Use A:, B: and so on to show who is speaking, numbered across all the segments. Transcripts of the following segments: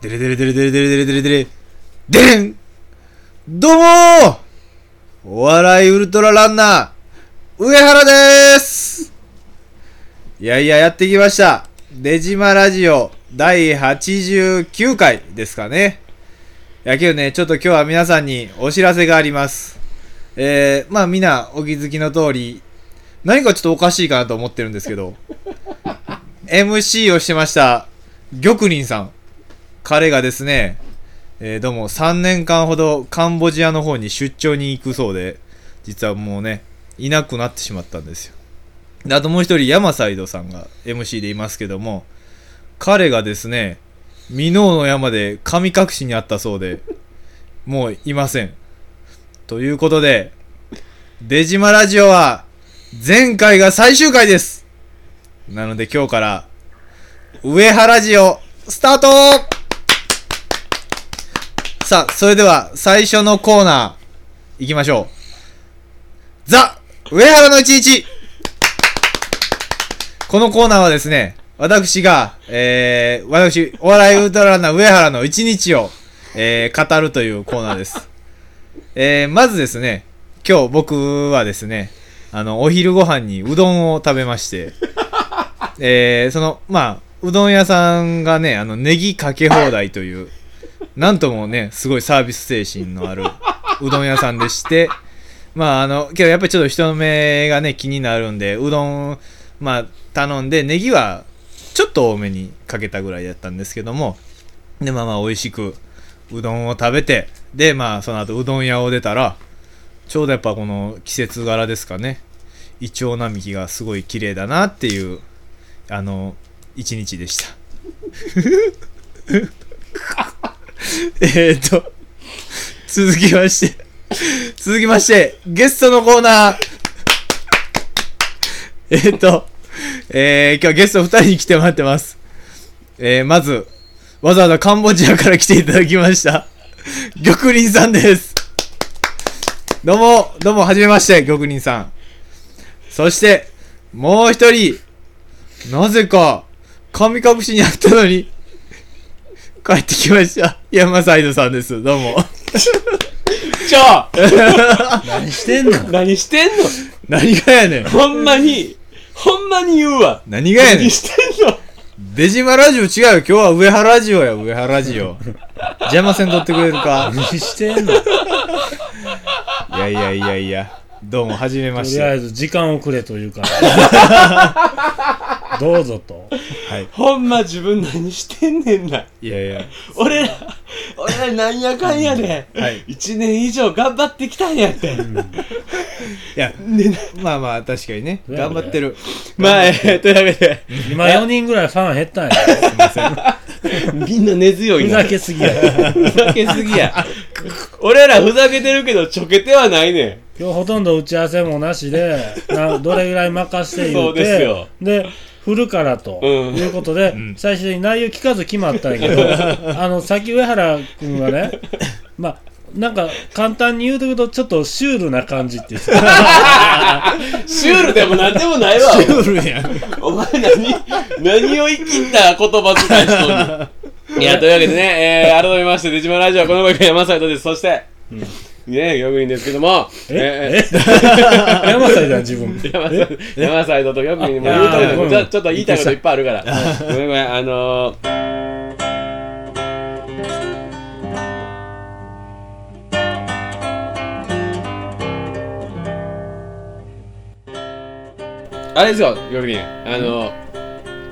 A: デレデレデレデレデレデレデレデレデレンどうもーお笑いウルトラランナー上原でーすいやいややってきましたデジマラジオ第89回ですかねいやけどねちょっと今日は皆さんにお知らせがありますえー、まあみんなお気づきの通り何かちょっとおかしいかなと思ってるんですけど MC をしてました玉林さん彼がですね、えーどうも3年間ほどカンボジアの方に出張に行くそうで、実はもうね、いなくなってしまったんですよ。であともう一人、山サイドさんが MC でいますけども、彼がですね、箕面の山で神隠しにあったそうで、もういません。ということで、デジマラジオは前回が最終回ですなので今日から、上原ジオ、スタートさあ、それでは最初のコーナー、行きましょう。ザ・上原の一日このコーナーはですね、私が、えー、私、お笑いウルトラランナー上原の一日を、えー、語るというコーナーです。えー、まずですね、今日僕はですね、あの、お昼ご飯にうどんを食べまして、えー、その、まあ、うどん屋さんがね、あの、ネギかけ放題という、なんともね、すごいサービス精神のあるうどん屋さんでして、まあ、あの、けどやっぱりちょっと人の目がね、気になるんで、うどん、まあ、頼んで、ネギはちょっと多めにかけたぐらいだったんですけども、で、まあまあ、美味しく、うどんを食べて、で、まあ、その後、うどん屋を出たら、ちょうどやっぱこの季節柄ですかね、イチョウ並木がすごい綺麗だなっていう、あの、一日でした。えーっと、続きまして、続きまして、ゲストのコーナー。えーっと、えー、今日はゲスト2人に来てもらってます。えー、まず、わざわざカンボジアから来ていただきました。玉林さんです。どうも、どうも、はじめまして、玉林さん。そして、もう一人、なぜか、神隠しにあったのに、帰ってきました。山サイドさんです。どう も。
B: ちょ
C: 何してんの
B: 何してんの
A: 何がやねん。
B: ほんまに、ほんまに言うわ。
A: 何がやねん
B: 何。してんの
A: デジマラジオ違うよ。今日は上原ラジオや、上原ラジオ。邪魔せんとってくれるか。
C: 何 してんの
A: いやいやいやいや。どうも、はじめま
C: と
A: して。
C: りあえず時間をくれと いうかどうぞと
A: はい。
B: ほんま自分何してんねんな。
A: いやいや。
B: 俺ら、俺らなんやかんやで、
A: はい。
B: 一年以上頑張ってきたんやって。
A: いや、まあまあ、確かにね。頑張ってる。
B: まあ、えーというわけで、
C: 今4人ぐらいファン減ったんや
A: すいません。
B: みんな根強
C: ふ
B: い
C: ざ
B: な。
C: けすぎや
B: ふざけすぎや。俺らふざけてるけど、ちょけてはないね
C: 今日ほとんど打ち合わせもなしでなどれぐらい任して言
B: そううです
C: て
B: よ
C: で振るからと、
B: うん
C: いうことで、最終的に内容聞かず決まったんやけどあのさっき上原君がねまあなんか簡単に言うとくとちょっとシュールな感じって 言ってた
B: ん。シュールでもなんでもないわ。
A: ルやん。
B: お前何、何を言い切った言葉遣いしとんね ん。いや、というわけでね、えー、改めまして、デジマラジオ、この声が山斎藤です。そして、ね、よくいいんですけども、
C: え
B: え
C: え山崎だ自分
B: ー、山斎藤山斎藤とよくいいね、もう
C: あ
B: 言うとる
C: あー
B: も
C: ご
B: うち
C: めん
B: ょちょっと言いたいこといっぱいあるから。ごめんごめん、あのー、あれですよ、よくに、あの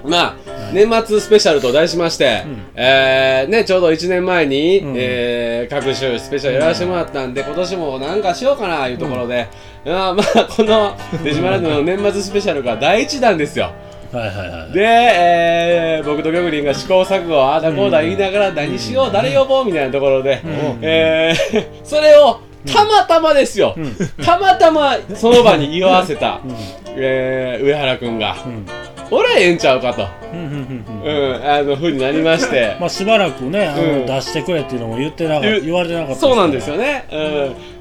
B: ー、まあ、年末スペシャルと題しまして、えーね、ちょうど1年前に、
C: ん
B: えー各種スペシャルやらせてもらったんで、今年もなんかしようかなというところで、まあまあ、このデジマラジオの年末スペシャルが第1弾ですよ。
C: はいはいはい
B: で、えー僕と玉林が試行錯誤、ああだこうだ言いながら、何しよう、誰呼ぼうみたいなところで、えーそれをたまたまですよ、たまたまその場に居合わせた、えー上原君が、
C: ん
B: 俺はええんちゃうかと。
C: うんうんうんうん
B: うん、あの、ふうになりまして。
C: まあしばらくね、あの
B: うん
C: 出してくれっていうのも言ってなかった
B: 言う
C: 言われてなかった
B: そうなんですよ
C: ね
B: ね。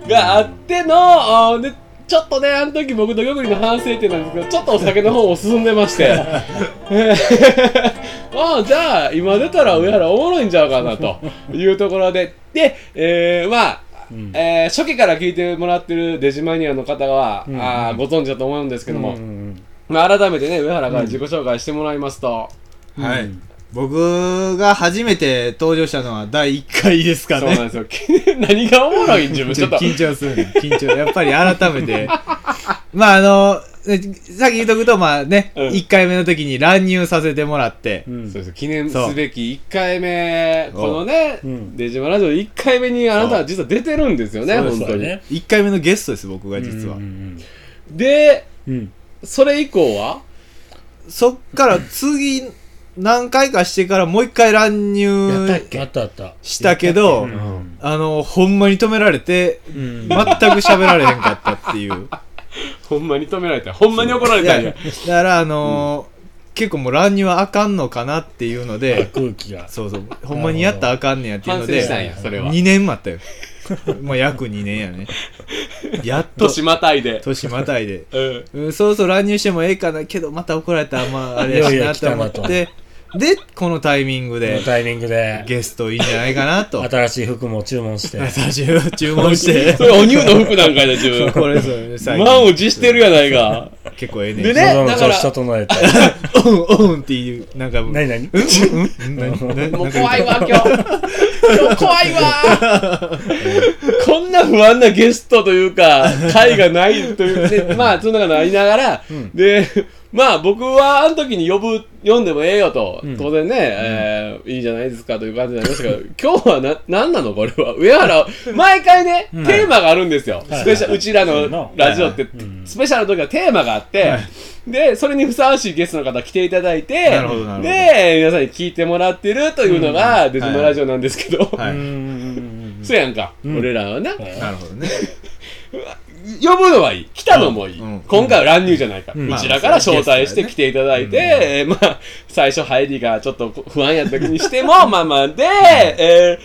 B: うん。があっての、あーで、ちょっとね、あの時僕と 玉りの反省点なんですけど、ちょっとお酒の方を進んでまして。ああじゃあ今出たら上原おもろいんちゃうかなというところでで、えーまあえー初期から聞いてもらってるデジマニアの方は、
C: うん
B: あーご存知だと思うんですけども、
C: うん
B: まあ、改めてね上原から自己紹介してもらいますと、
A: は
C: う
A: い
C: ん。
A: 僕が初めて登場したのは第1回ですか
B: そうなん
A: ね。
B: ですよ 何がおもろいん 自分
A: ち
B: ち
A: ょ
B: ょ
A: っ
B: っ
A: と
B: と
A: 緊張するね。緊張。やっぱり改めて。 まああの、えさっき言っとくと、まあね、
B: うん
A: 1回目の時に乱入させてもらって
C: う、ん
B: そうです記念すべき1回目
A: そう
B: このね、
C: うん
B: デジマラジオ1回目にあなたは実は出てるんですよね
C: そう
B: 本当に
C: そうだね
A: 1回目のゲストです、僕が実は
C: うんう。ん
B: で
C: うん
B: それ以降は
A: そっから次、何回かしてからもう1回乱
B: やった
A: 入
B: っけ
C: あったあった
A: したけど
C: う、ん
A: あの、ほんまに止められて、
C: う
A: 全
C: ん
A: く喋られへんかったって いう。
B: ほんまに止められたほんまに怒られ
A: い
B: た
A: や
B: ん
A: だ
B: や
A: からあのー結構もう乱入はあかんのかなっていうので、
C: 空 気が
A: そうそう、ほんまにやったらあかんねやっていうの
B: 反省したん
A: で、
B: やそれは
A: 2年待ったよ。 もう約2年やね。やっと、
B: 年またいで、
A: 年またいで。
B: うん、
A: うん、そうそう乱入してもええかなけど、また怒られたら、まあ、あれやしなと思っ
C: いやい
A: て、で、このタイミング
C: この
A: で、
C: タイミングで
A: ゲストいいんじゃないかなと、
C: 新しい服も注 文して
A: 私を注文して
B: そ、れお乳の服なんかいだ自分
A: これそれ最近
B: 満を持してるやないか
A: 結構ええねん。
B: でね
C: 喉の
B: だから
C: 調子整えて
A: うんうんっていう、なんか、もう
C: 何何
A: うんうんうんなな
B: も
A: な
B: うん
A: か言
B: 怖
A: た
B: いわ今日今日怖いわこんな不安なゲストというか会がないという、ね、まあそんなことありながら、でまあ僕はあの時に呼ぶ呼んでもええよと、
C: ん
B: 当然ね、えーいいじゃないですかという感じになりましたけど今日はな何なのこれは上原毎回ね、
C: うん
B: テーマがあるんですよ、
C: はい
B: スペシャルうちら
C: そうや
B: の
C: な
B: ラジオって、
C: はいはいうん
B: スペシャルの時はテーマがあって、でそれにふさわしいゲストの方来ていただいて
A: なるほどなるほど
B: でえー皆さんに聞いてもらってるというのが、デジモラジオなんですけど、
A: は
C: うん
A: い。
C: うんうん
B: そうやんか、
C: ん
B: 俺らはな、
C: うん
A: なるほどね。
B: 呼ぶのはいい来たのもいい、
A: うんうん
B: 今回は乱入じゃないから、
C: うん
B: うちらから招待して
A: まあ
B: 来ていただいて、えーまあ最初入りがちょっと不安やった時にしてもまあまあで、え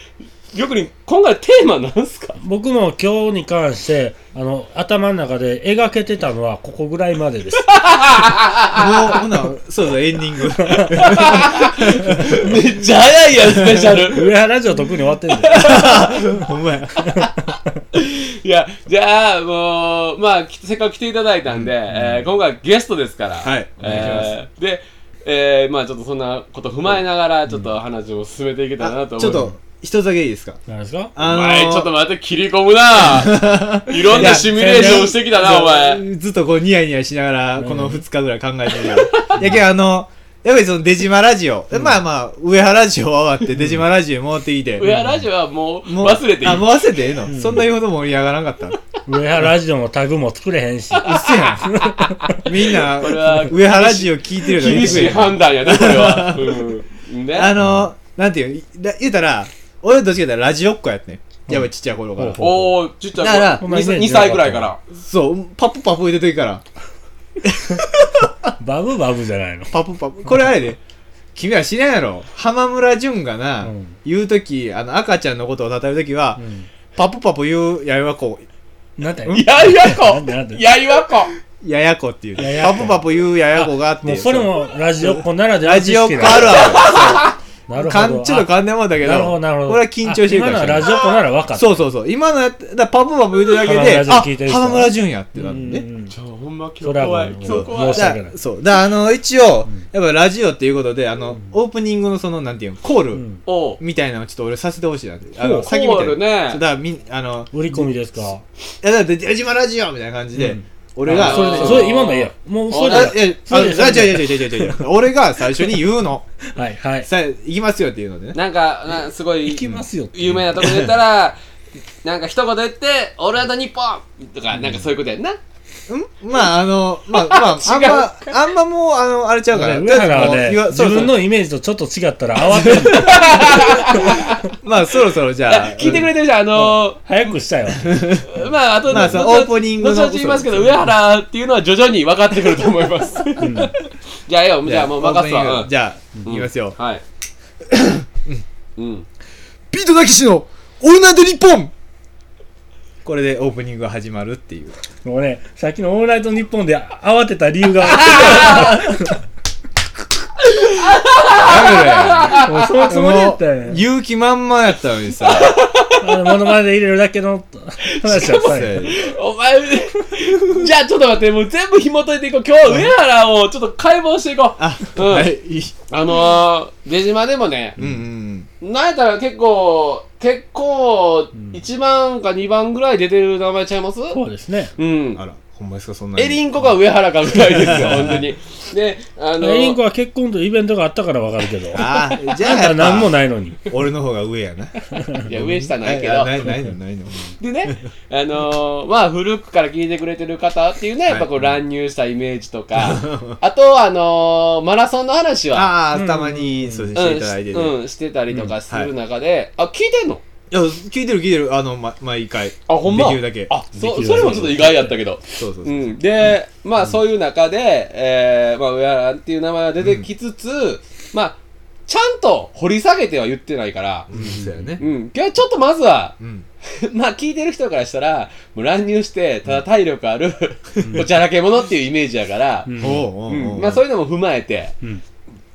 B: ー、逆に今回テーマなんすか
C: 僕も今日に関してあの頭の中で描けてたのはここぐらいまで です
A: もう、ほな、そうそう、エンディング。
B: めっちゃ早いやんスペシャル
C: 上原ラジオ特に終わってるんだよ
A: ほんまや。
B: いやじゃあもうまあきせっかく来ていただいたんで、えー今回はゲストですから
A: はいお願いします
B: えーでえーまあちょっとそんなこと踏まえながらちょっと話を進めていけたらな
A: あ
B: と
A: ち
B: 思
A: ょ
B: う
A: っと、一つだけいいですか
C: 何ですか
A: あ
B: お
A: の
B: 前ちょっと待って切り込 むないろんなシミュレーションしてきたなお前
A: ずずっとこう、ニヤニヤしながら、この2日ぐらい考えてるよ。いやけど、あの、やっぱりその、デジマラジオ。まあまあ、上原ラジオ終わって、デジマラジオ戻ってきて。
B: 親ラジオはもう
A: もう
B: 忘れていい
A: あ、もう忘れてええのそんな言うほど盛り上がらなかった。
C: 上原ラジオのタグも作れへんし
A: うっせや ん。みんな
B: これは、
A: 上原ラジオ聞いてるから言
B: 厳
A: って
B: し
A: くれ
B: い判断やなこれ はうんね
A: あの、なんていうの、ら言うたら、俺はどっちか言ったらラジオっ子やってん。やっぱりちっちゃい頃から。
C: ほう
B: おーちっち
A: だから
B: ゃい
C: お前イメージ
B: 2歳ぐらいから
A: そう、パップパップ言うてる時から。
C: バブバブじゃないの
A: パプパプ。これあれで。君は知らんやろ。浜村淳がな、
C: うん
A: 言うとき、あの、赤ちゃんのことを称えるときは、パプパプ言うややこ、
C: なんて
B: やいわ
C: なんでなん
B: こ
C: で
B: やいわこ
A: ややこっていう。
C: ややこ
A: パプパプ言うややこがあって。
C: もうそれもラジオっ子ならでは
A: ラ
C: の知
A: ジオっ
C: 識
A: 子
C: だ
A: あるあ
C: な
A: る。
C: る
A: か
C: ほ
A: ん
C: ど
A: ちょっと
C: あ
A: かんでもんだけど、
C: なるほどなるほど
A: 俺は緊張してるか
C: あ
A: ら
C: 今のはラ
A: し
C: ジオっ子なら分かった
A: そうそうそう。今のやったらパプパプ言うだけ
C: 浜村
A: で、
C: 淳
A: あ
C: 聞いてる、人
A: 浜村淳やってな
C: う
A: る
C: ん
A: ん
C: う
A: でね。
C: ん
B: ちょほんま今
C: そ
B: 日
C: れはもう
B: 怖い今日怖い
C: 申し
A: だ
C: 訳ない
A: そう。だあの、一応、やっぱラジオっていうことで、あの、オープニングのその、なんていうの、コール。
C: うん
B: おう
A: みたいなのをちょっと俺させてほしいなって。あ
B: ほ
A: の、
B: う
A: 先みたい
B: コ
A: な。
B: ールね
A: そうだからみん、あの、
C: 売り込みですか
A: いやだって、矢島ラジオみたいな感じで、
C: うん
A: 俺
C: あ
A: が、
C: それ
B: あー
C: でそれ今のいいやもうそれ
A: あ
C: で
A: いや、
C: そ
A: あ
C: うです
A: ラジオ、いやいやいやいやいや俺が最初に言うの。
C: はいはい
A: さ、行きますよっていうのでね。
B: なんかなすごい
C: 行きますよ
B: 有名なとこで言ったら なんか一言言って「オールナイトニッポン!」とかなんかそういうことやんな
A: うんまあ、あの、まあ、ま あ、あんま、あんまもう、あの、あれちゃうから。
C: 上原は
A: とりあえずもう
C: ね
A: 言わそ
C: 自
A: ろそろ
C: 分のイメージとちょっと違ったら慌てる
A: まあ、そろそろじ
B: い
A: ゃあ
B: や。聞いてくれてるじゃんあのー
C: 早くしたよ
B: まあ、あと、
A: まあその
B: 後々
A: オープニングの
B: 後々言いますけど、上原っていうのは徐々に分かってくると思います。 じゃあよ、じゃあもう任す
A: オープニン
B: わ。
A: グ
B: うん
A: じゃあ、行きますよ。
B: はい。うん。
A: ビートたけしの、オールナイト日本これでオープニングが始まるって いう。
C: もうねさっきの「オールナイトニ ッポン」で慌てた理由が
A: なんや
C: もうそのつもりやったんや
A: で。勇気満々やったの にさ。
C: あのモノマネで入れるだけの話やったんや
B: お前、 じゃあちょっと待って、もう全部紐解いていこう。今日は上原をちょっと解剖していこう。
A: あ、
B: うん
A: はい。いい
B: あのー、出島でもね
A: う、んうん
B: なんやったら結構、結構、1番か2番ぐらい出てる名前ちゃいます
C: そうですね
B: う
A: うんん。あ。ら、ほんまですか、そんなに。
B: エリンコか上原かぐらい ですよ、本当に。で、あのー、
C: エリンコは結婚とイベントがあったからわかるけどあ
A: あー、 じゃあ
C: ん
A: や
C: た
A: っぱ、
C: 何もないのに
A: 俺の方が上やな。
B: いや、上下ないけど
A: あ。ない、ないの、ないの。
B: でね、あのーまあ、古くから聞いてくれてる方っていうね、やっぱこう
A: は
B: 乱入したイメージ とか、あとはあのーマラソンの話は、
A: ああ、たまに、そう
B: う
A: し
B: ん
A: ていただいてて。い
B: うん、してたりとかする中で、あ、聞いてんの
A: や、聞いてる聞いてる、あの、ま、毎回。
B: あ、ほんま
A: できるだけ。
B: あ、
A: でき
B: そ
A: るだけ
B: それもちょっと意外やったけど。
A: そうそう
B: う
A: そう。
B: ん、で、まあ、そういう中で、えー、まあ、上原っていう名前が出てきつつ、まあ、ちゃんと掘り下げては言ってないから、
A: うんそうやね
B: う。ん、今日ちょっとまずは、
A: うん。
B: まあ聞いてる人からしたら、もう乱入して、ただ体力ある、 おちゃらけ者っていうイメージやから、
C: うん
A: おうおう
B: う
A: お
B: ん
A: う
B: まあそういうのも踏まえて、
C: うん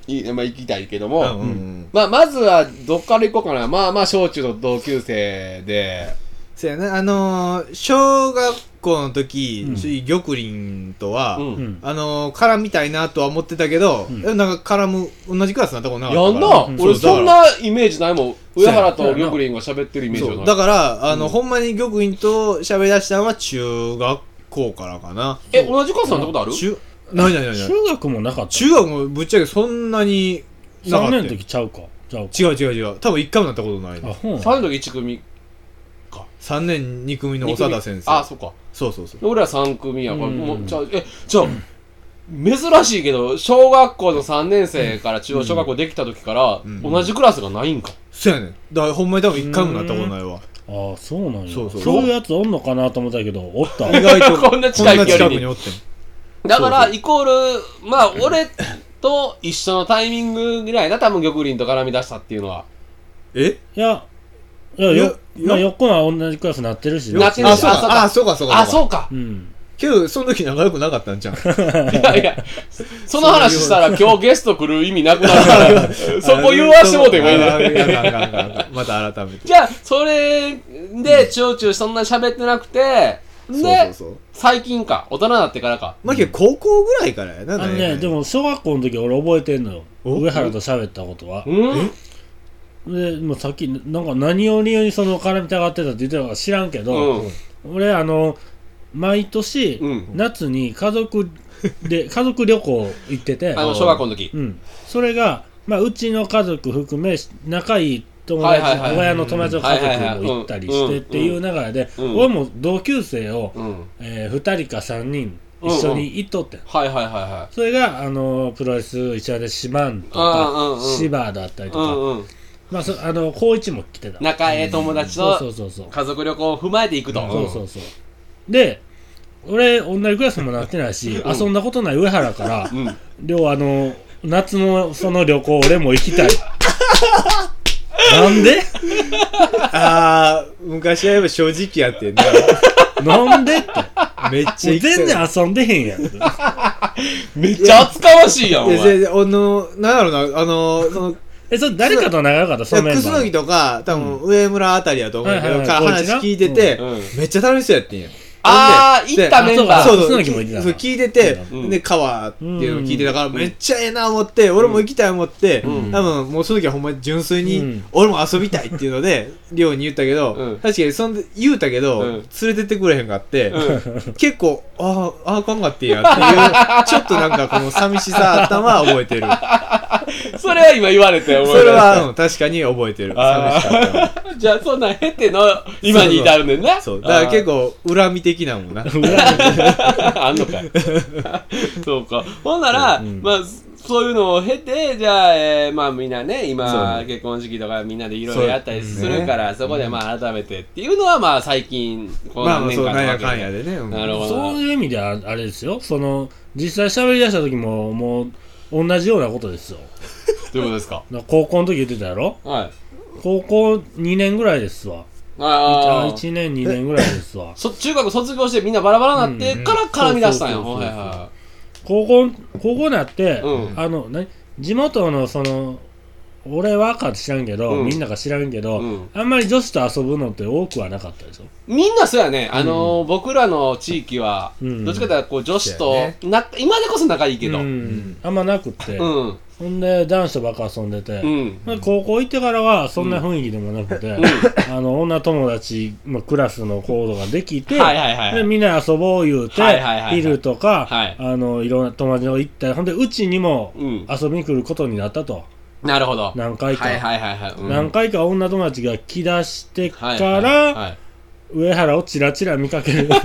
B: いまあ行きたいけど
A: うん
B: も、
A: うんうん。
B: まあまずはどっから行こうかな。まあまあ小中の同級生で、
A: そうやね、あのー、小学校の時、
C: うん
A: つい玉林とは、
B: うん
C: うん
A: あのー、絡みたいなとは思ってたけど、
C: ん
A: でもなんか絡む、同じクラスになったことなか
B: や
A: っ
B: ん
A: た
B: な
A: から。、
C: ん
B: 俺そん
A: だか
B: なイメージないもん。
A: そう
B: 上
A: や
B: 原と玉林が喋ってるイメ
A: らそ
B: ージ
A: う
B: は
A: だ
B: ない。
A: から、あの、ほんまに玉林と喋り出したのは中学校からかな。
B: え、同じクラスになったことある
A: 中、ないないないない。
C: 中学もなかった
A: 中学もぶっちゃけそんなになか
C: 3
A: ったよ
C: 年の時ちゃうかちゃうか
A: 違う違う違う。多分一回もなったことない
C: あ
A: の。
C: ほん
B: ?3 の時1組。
A: 3年2組の
B: 二
A: 長
B: 組
A: 田先生。
B: あ、そっか。
A: そうそうそう。
B: 俺ら3組やから、
C: うん
B: もう、ちゃう、え、じゃあ、珍しいけど、小学校の3年生から中央小学校できた時から、
A: うん
B: 同じクラスがないんか。
A: そうやねん。だからほんまに多分一回もなったことないわ。
C: ああそうなんや
A: そうそう
C: いうやつおんのかなと思ったけどおった
A: 意外と
B: こんな近い距
A: こ
B: 離に
A: んな近くにおってん。
B: だか
A: そう
B: ら、イコール、まあ、俺と一緒のタイミングぐらいな、多分玉林と絡み出したっていうのは。
A: え
C: いやいや
A: いや
C: よまあ横は同じクラスなってるし
B: なってるし
A: あ、そうか。
B: あ
A: あ、そうか、そうか。
B: あ、
A: うか。
B: そうか
C: う。ん
A: けど、その時仲良くなかったんじゃん。
B: いやいや、その話したら今日ゲスト来る意味なくなるから、そこ言わしてもうてもいい
A: あ
B: ね。
A: ああああああまた改めて。
B: じゃあ、それで、ちょうちょそんな喋ってなくて、
A: そうそう
B: で、
A: そう。
B: 最近か、大人になってからか。
A: まあ、けど高校ぐらいからやな、
C: あの
A: なんやかん
C: ね
A: や
C: で。も小学校の時俺覚えてんのよ
A: お
C: 上原と喋ったことは
B: うん
C: でもうさっきなんか何を理由にその絡みたがってたって言ってたのか知らんけど、
B: うん
C: 俺あの毎年、
B: うん
C: 夏に家族 で家族旅行行ってて
B: あ、の、小学校の時。
C: うん、それが、まあ、うちの家族含め仲いい友達、
B: はいはいはい
C: 親の友達の家族も行ったりしてっていう流れで、
B: うんうん
C: 俺も同級生を、
B: うん。
C: え2人か3人一緒に行っとってん、
B: はいはいはいはい。
C: それがあのプロレス一緒でシマンと
B: うんうん
C: か
B: うん
C: シバーだったりと
B: う
C: か、
B: んうん。
C: まあ、そあの高一も来てた
B: 仲ええ友達
C: そうそ
B: と
C: うそうそう
B: 家族旅行を踏まえていくと。
C: そうそうそうで俺同じクラスもなってないし、
B: うん
C: 遊んだことない上原から
B: うん。うん
C: 亮あの夏のその旅行俺も行きたいなんで
A: ああ、昔はやっぱ正直やってんな。
C: なんでっても
A: めっちゃ
C: う全然遊んでへんやん
B: めっちゃ厚かましいやん、お
A: いや
B: 前。
A: 全然あの、なんやろな、あの、その、い
C: えそれ誰かと長かったそ
A: や
C: のメンバ
A: 楠
C: ー
A: 木とか、多分上村あたりやと思うけ
C: はい
A: ど、
C: はい
A: から
C: はい
A: 話聞いてて
B: うんうん、
A: めっちゃ楽しそうやってんや。
B: あー、
A: ほんで
B: 行ったメン
C: あ
B: バー。
A: そう
C: そ
A: そうう、
C: 楠木も言ってたな
A: そう聞いてて
B: うん、
A: で、川っていうのを聞いてたから、めっちゃええな思って、俺も行きたい思って、
B: うん
A: 多分もうその時はほんまに純粋
C: う
A: に
C: ん、
A: 俺も遊びたいっていうの で、寮に言ったけ
B: う
A: ど
B: ん、
A: 確かにそんで言うたけど、
B: うん
A: 連れてってくれへんかって
B: う、
A: 結構、ああ、ああ、かんかってんやっていう、ちょっとなんかこの寂しさあったのは覚えてる。
B: それは今言われて、お前。
A: それは、うん確かに覚えてる。
B: あ
A: 寂しかった
B: ー。じゃあ、そんなん経ての、今に至るねんな。
A: わそう。だから結構、恨み的なもん な。
B: あんの かい。そうか。ほんなら、
A: うん
B: まあ、そういうのを経て、じゃあ、えーまあみんなね、今
A: そ、う
B: 結婚式とかみんなでいろいろやったりするから、そ
A: そう
B: こでまあ改めてっていうのは、まあ最近、この
A: まあまあ、
B: 何年
A: そう、な
B: 間
A: ん
B: の
A: や
B: わけ
A: かんやでね。うん
B: なるほど。
C: そういう意味ではあれですよその実際喋り出した時ももう同じようなことですよ
B: どういうことですか
C: だから高校の時言ってたやろ
B: はい。
C: 高校2年ぐらいですわ
B: ああ。
C: 1年2年ぐらいですわ
B: そ中学卒業してみんなバラバラになってから絡み出したんよ。
C: うん
B: はいはいは
C: 高校高校になって、
B: うん
C: あの何地元のその俺はか知らんけど、
B: うん
C: みんなが知らんけど、
B: うん
C: あんまり女子と遊ぶのって多くはなかったでしょ
B: みんなそうやね、あのー僕らの地域は、
C: うん
B: どっちかというとこう女子
A: そ
B: と、
A: うやね
B: な今でこそ仲いいけど、う、
C: うんん、あんまなくって、
B: うん、
C: ほんで男子とばっか遊んでて、まあ高校行ってからはそんな雰囲気でもなくて、 あの女友達、まあ、クラスの行動ができて、
B: はいはいはい
C: でみんな遊ぼう言うて、
B: はいはいはいはい
C: ビルとか、
B: はい
C: あのいろんな友達の行ったりほんでうちにも
B: うん
C: 遊びに来ることになったと、
B: なるほど。
C: 何回か、
B: はいはいはいはい。うん
C: 何回か女友達が来だしてから、
B: はいはい
C: 上原をチラチラ見か ける
A: 待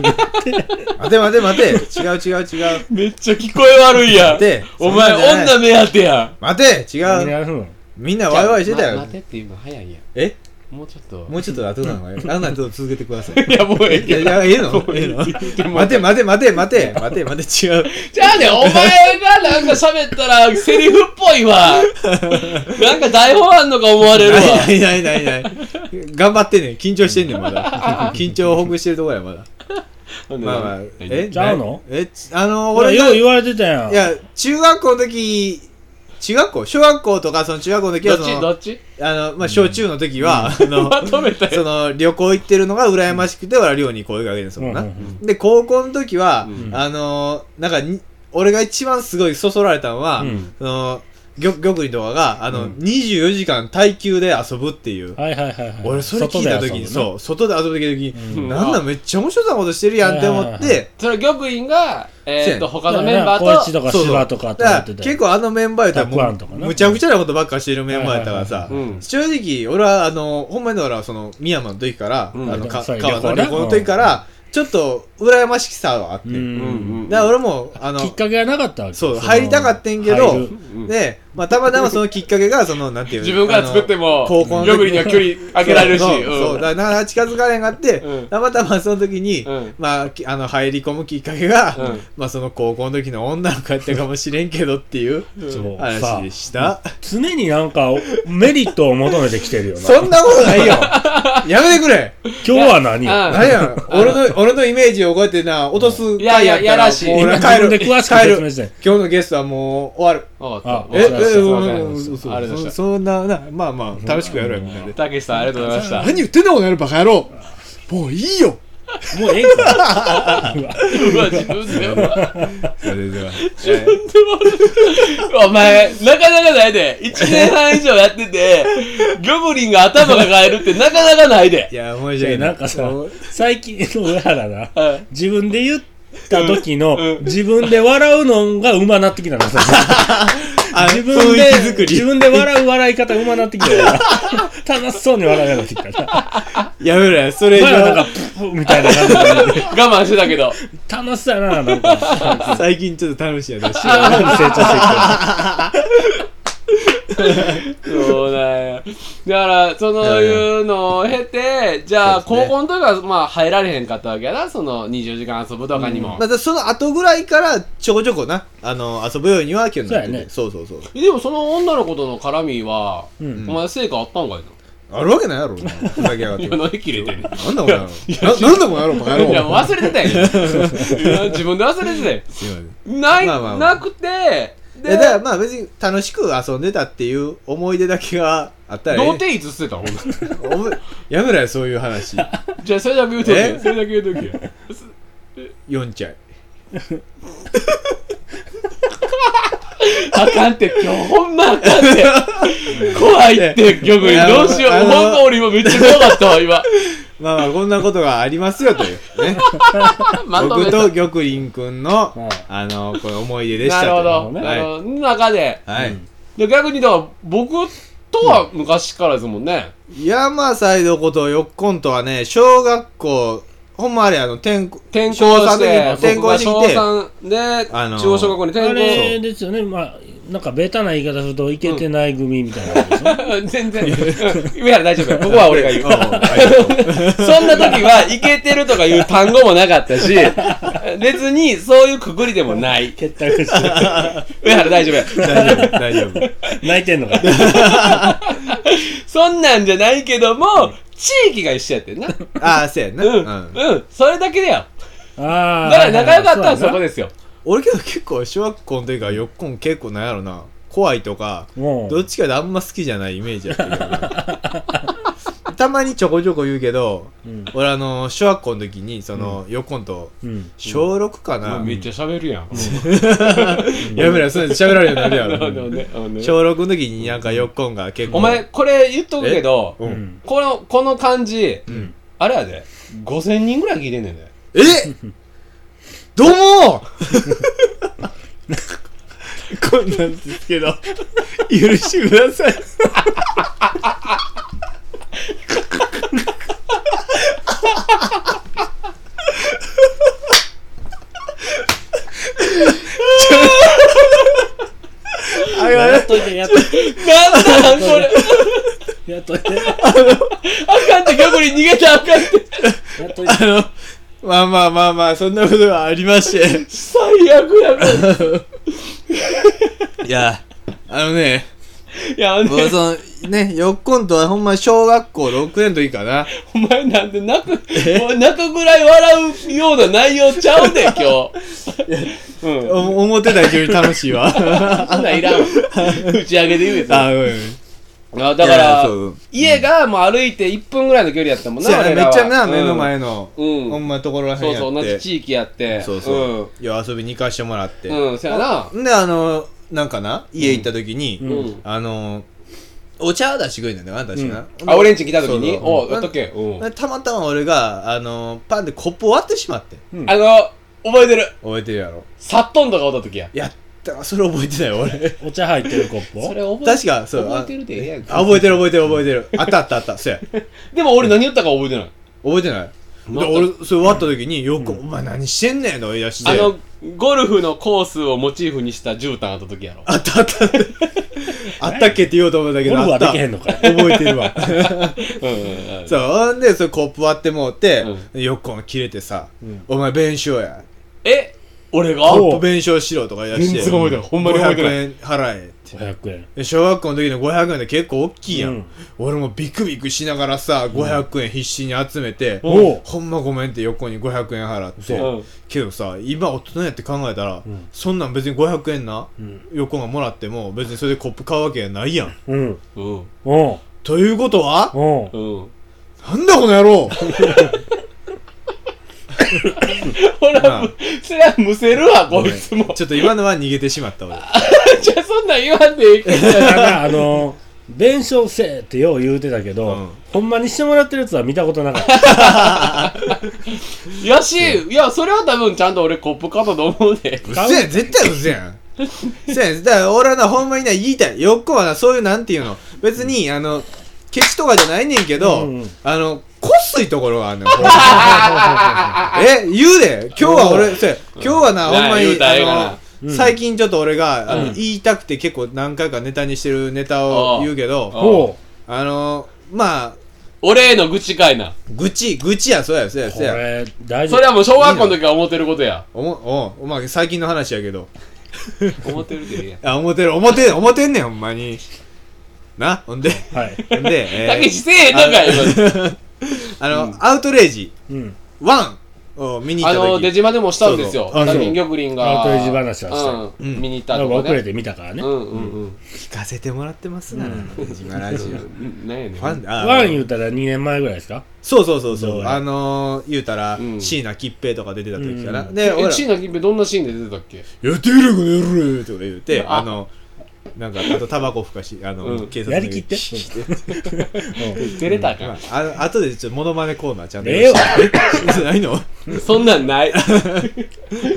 A: て待て待て。違う違う違う。
B: めっちゃ聞こえ悪いやん
A: 待。て。
B: お前、
A: そんなんじゃない
B: 女目当てや。
A: 待て。
C: 何
A: 違う。
C: やるの
A: みんなんワイワイしてた
B: ま
A: よ
B: 待。てって今早いや
A: え
B: ん。もうちょっと。
A: もうちょっと後なのがよ。後なのちょっと続けてください。
B: いや、もうええ
A: いや
B: け
A: い
B: ど。
A: や、ええのええの待て待て待て待て待て待て違う。
B: じゃあ ね、お前がなんか喋ったら、セリフっぽい わ。なんか台本あんのか思われるわ。
A: ないないないない。頑張ってんねん。緊張してんねん、ま だ。緊張をほぐしてるとこや、まだ。まあまあ。え
C: ちゃうの
A: え、ちあの、
C: 俺
A: 俺が、
C: よう
A: い
C: 言われてたやん
A: や、中学校の時、中学校小学校とか、その中学校の時
B: ど
A: は、
B: っ
A: そ
B: ちど
A: の、
B: っち
A: あの、まあ、小中の時は、あの、
B: まとめた よ。
A: その、旅行行ってるのが羨ましくて、俺は寮に声かけてんですもんな
C: うん。うん
A: で、高校の時は
B: う、ん
A: あの、なんかに、俺が一番すごいそそられたのは
C: うん、
A: その、玉玉林とかが、あ
C: う
A: の、
C: ん
A: 24時間耐久で遊ぶっていう。
C: はいはいはいはい
A: 俺それ聞いた時に
C: 外
A: そう外で遊ぶ時
B: う
A: に
B: ん
A: なんだめっちゃ面白そうなことしてるやんって思
C: は
A: っ
C: いはい
A: て
B: それ玉院が、えー、と、他
C: で遊ぶ
B: の
C: の
B: メンバ
C: だから
B: ー
C: 高一
B: と、
C: とか
A: そうそう
C: 芝とかって言
A: だ
C: っ
A: か
C: て
A: ら
C: た
A: 結構あのメンバーやったらも
C: たくあんとか
A: う
C: な
A: むちゃくちゃなことばっかしてるメンバーやったから
C: は
A: さ
C: いは
B: うん
A: 正直俺はあのほんまに俺はその深山の時からあ
B: うん
A: のか
C: そう
A: 川の
C: 旅行な
A: 旅行の時からちょっと羨ましさはあって
C: うん
A: だ
B: うん
A: から俺もあの
C: きっかけがなかったわけ
A: そう
C: の
A: 入りたかってんけど
C: 入る
B: うん
A: でまあたまたまそのきっかけがそのなんていうの
B: 自分から作って
A: あ
B: も
A: の高校の時
B: 玉院には距離開けられるし
A: そううんそうだからなかなか近づかれんがって
B: うん
A: たまたまその時に
B: うん
A: まあ、きあの入り込むきっかけが、
B: うん
A: まあ、その高校の時の女の子やったかもしれんけどっていう
C: そう
A: 話でした。
C: 常になんかメリットを求めてきてるよな
A: そんなことないよやめてくれ
C: 今日は何
B: あ
A: 何や俺の、俺のイメージをこうやってな、落とす回やったら、
B: いやいややらしい
A: もう
C: 今
A: 俺
C: 自
A: 帰
C: 分で
A: る。
C: 詳しく
A: 帰
C: 説明
A: る。
C: して
A: 今日のゲストはもう終わる。
B: わ
C: あ
B: かった
C: え
B: わかりました
C: え
B: わかりま
A: 嘘
B: し
A: 嘘
B: たありがとうございまし
A: そんな、な、まあまあ、楽しくやろうよ、みんなで
B: た。たけしさんありがとうございました
A: 何言ってんだこの野郎、バカ野郎もういいよ
C: もうええんか
B: うわ自分でも
A: それで は、
B: お前なかなかないで1年半以上やってて魚ブリンが頭が変えるってなかなかない
A: い
B: で
A: や、申し訳
C: いや
A: ない。
C: なんかさ
A: もう
C: 最近の上原な
B: うん
C: 自分で言った時の
B: うん
C: 自分で笑うのがうまなってきた のさ
A: あ
C: 自分で
A: 雰囲気作り
C: 自分で笑う笑い方うまなってきたよな 楽しそうに笑いながらってきたな
A: やめろよ、それ以
C: 前はなん
A: 上
C: か。プップみたいな感じで
B: 我慢してたけど
C: 楽しそうやななんか
A: 最近ちょっと楽しい やつ
C: 知らん間に成長してきた
B: そうなんやだからそういうのを経てじゃあ
A: そうです
B: 高
A: ね
B: 校の時はまあ入られへんかったわけやなその24時間遊ぶとかに も
A: またその後ぐらいからちょこちょこなあの遊ぶようには今日なって
C: そうや
A: て
C: ね
A: そうそうそう
B: でもその女の子との絡みは
C: うん
B: お前成果あったんかいな
A: あるわけないやろふざけ やがって
B: 今
A: なんだ
B: の切れてる
A: この野郎ななんだこの野郎バカ
B: いや、もう
A: 野郎
B: 忘れてたや ん。自分で忘れてたや
A: すいません
B: ん。ない、
A: まあまあまあ
B: なくて、
A: いやだからまあ別に楽しく遊んでたっていう思い出だけがあったら
B: 童
A: え
B: 貞いつ捨てたのほんなら
A: えお前やめろよそういう話
B: じゃあ、それだけ言うとけ
A: え
B: それだけ言うとけ
A: 4ちゃい
B: あかんって、今日ほんまあかんって。怖いって、玉
A: い
B: に
A: や
B: どうしよう。
A: あ
B: ほん
A: の
B: ま俺今めっちゃ怖かったわ、今。
A: まあまあこんなことがありますよというね
B: まとめ
A: 僕と
B: た。
A: 玉林くんの
C: はい
A: あのこれ思い出でした
B: な
A: と
B: るほど。
C: ね
B: なるほど。中で。
A: はい
B: で逆に、だから、僕とは昔からですもんね。
A: 山サイドことよっこんとはね、小学校、ほんまあれ、あの、転校、
B: 転校して、
A: 転
B: 僕
A: 校
B: が
A: して
B: 小
A: きて、
B: 3で、
A: あのー
B: 中央小学校に
C: あ
B: 転校。
C: れですよね、まあ、なんかベタな言い方すると、いけてない組みたいなことでしょ、
B: 全然。上原大丈夫。ここは俺が言う。
A: う
B: そんな時は、イケてるとかいう単語もなかったし、別にそういうくくりでもない。
C: 結託して、
B: 上原大丈夫や。
A: 大丈夫、大丈夫。
C: 泣いてんの か。
B: そんなんじゃないけども、地域が一緒やってんな。う。
A: ああ、そうやな。うんん。
B: うん。それだけだよ。
C: あ
B: だか
C: あ。
B: ら仲良かったのは
C: そ
B: そうこ
C: やな
B: ですよ。
A: 俺けど結構、小学校の時からよっこん結構なんやろな。怖いとか、
C: もう
A: どっちかであんま好きじゃないイメージやった けど俺たまにちょこちょこ言うけど、
C: うん
A: 俺あの小学校の時にその、よコント
C: うん
A: 小6かな、
B: めっちゃ喋るやん。
A: やめろよそれ喋られるように なるや
B: あの
A: ろ
B: ねあのね
A: 小6の時になんかよっこんが結構
B: お前、これ言っとくけど、
A: う
C: うんん
B: この、この感じ、
A: ん
B: あれやで、5000人ぐらい聞いてんねんで。
A: えどうも こんなんですけど許してくださいあれ
C: やっといてやっといて
B: なんだこれ、
C: やっといて
B: あかんって、逆に逃げたらあかんって。
C: やっといて
A: あのまあまあまあまあそんなことがありまして
B: 最悪やこ れ。
A: いやあのね
B: いや、あの
A: もう
B: ね、
A: そのね、よっこんとはほんま小学校6年の時かな。
B: お前なんで泣く、おい泣くぐらい笑うような内容ちゃ うで、今日。うん。
A: お思ってた以上に楽しいわ。
B: あんなんいらん。打ち上げで言うや つ。
A: あ、うん。
B: あだか
A: いや
B: ら
A: そう、
B: 家がもう歩いて1分ぐらいの距離やったもん
A: そう
B: な、
A: やね
B: 俺
A: め
B: ら
A: っ
B: は
A: ちゃな、
B: うん
A: 目の前の、
B: うん
A: ほんまところらへん
B: そう
A: やって。
B: そう、同じ地域やって。
A: そうそう。いや、遊びに行かしてもらって。
B: うん。うん、そやな。
A: んで、あの、なんかな、家行った時に、
C: う
B: うん。
A: あの、お茶出してくれたんだよな、確かな。
B: あ、俺んち来た時に、
A: そうそう
B: おう、やっとけ。うん。
A: たまたま俺が、あの、パンでコップを割ってしまって。
B: あの、覚えてる。
A: 覚えてるやろ。
B: サットンとかおった時や。
A: やった、それ覚えてないよ、俺。
C: お茶入ってるコップ
B: そ
C: を
B: れ覚え
A: 確か、そう。
B: 覚えてるでええやん
A: あ、覚えてる覚えてる覚えてる。あったあったあった。そうや。
B: でも俺何言ったか覚えてない。
A: 覚えてない
B: な
A: で俺それ終わった時によく「お前何してんねん」と言い出して
B: あの、ゴルフのコースをモチーフにした絨毯あった時やろ。
A: あったあったあったあったっけって言おうと思ったけど
C: ゴルフは
A: あった
C: できへんのかい
A: 覚えてるわ
B: うんうんうん。
A: そうほんでそれコップ割ってもうて、よっこん切れてさ「お前弁償や
B: え俺が
A: コップ弁償しろ」とか言い出して
B: 全然覚えてないほんまに覚えてない
A: 500円払えって
C: 500円
A: で小学校の時の500円って結構大きいやん、
C: うん
A: 俺もビクビクしながらさ500円必死に集めて、
C: おう
A: ほんまごめんって横に500円払って、
C: そう
B: うん
A: けどさ今大人やって考えたら、そんなん別に500円な、
C: ん
A: 横がもらっても別にそれでコップ買うわけやないやん
C: うん
B: うん。
C: うん
A: ということは
C: うん
B: うん。
A: なんだこの野郎
B: ほ
A: な
B: ら
A: あ、
B: そりゃむせるわ、こいつも。
A: ちょっと今のは逃げてしまった俺
B: じゃあそんなん言わんでええけど。
C: ただあの弁償せえってよう言うてたけど、
A: うん
C: ほんまにしてもらってるやつは見たことな かった
B: やし、いや、それは多分ちゃんと俺コップ買ったと思うで。
A: うっせえ絶対うっせえやんせやねんだから俺はなほんまにな言いたいよっこはなそういうなんていうの別に、あのケチとかじゃないねんけど、
C: うんうん
A: あのこっすいところがあんねん ほんまえ言うで今日は俺せや今日はな、
B: うん
A: ほんま
B: なあ言
A: に
B: うたらええがな
A: あの、最近ちょっと俺があの、
C: うん
A: 言いたくて結構何回かネタにしてるネタを言うけど
B: あ
C: ほ
A: あのまあ
B: 俺への愚痴かいな。
A: 愚痴愚痴やそうやそうや
C: うこ
A: そうや
C: れ大丈
B: それはもう小学校の時から思ってることや。
A: おもおお前最近の話やけど
B: 思ってるでええやん。
A: あ思てる思てん思てんねんほんまになほんで
C: 夫はい
A: ほんで、 えー
B: たけしせえへんのかい、今
A: あの、アウトレイジ
C: うん
A: 1を見に行っ
B: あ
A: た
B: の、出
A: 時
B: 島でもしたんですよ。
A: そうそうあそう
B: タミン玉林が。
C: アウトレイジ話はした
B: うん
A: うん
B: 見に行った
C: なん
B: とか
C: か遅れ
B: ね。
C: て見たからね、
B: うんうんうん。
A: 聞かせてもらってますがな、出島ラジオフ
B: うんなんやねん。
A: ァンだ
C: ワン言うたら2年前ぐらいですか
A: そうそうそうそううんあのー、言うたら、
B: うん
A: 椎名桔平とか出てた時かな、
C: う
A: で俺
B: え、
A: ら
B: シーナ金平どんなシーンで出てたっけ
A: 「やってみるこの野郎」とか言うて
B: あ
A: あのなんかあとタバコふかしあの、
B: うん
A: 警察の
C: やりきって
A: シッ
B: 出れ た
A: ま
B: か。
A: ああの後でちょっとモノマネコーナーちゃんと
C: ええわ
A: え ないの
B: そんなんない。うん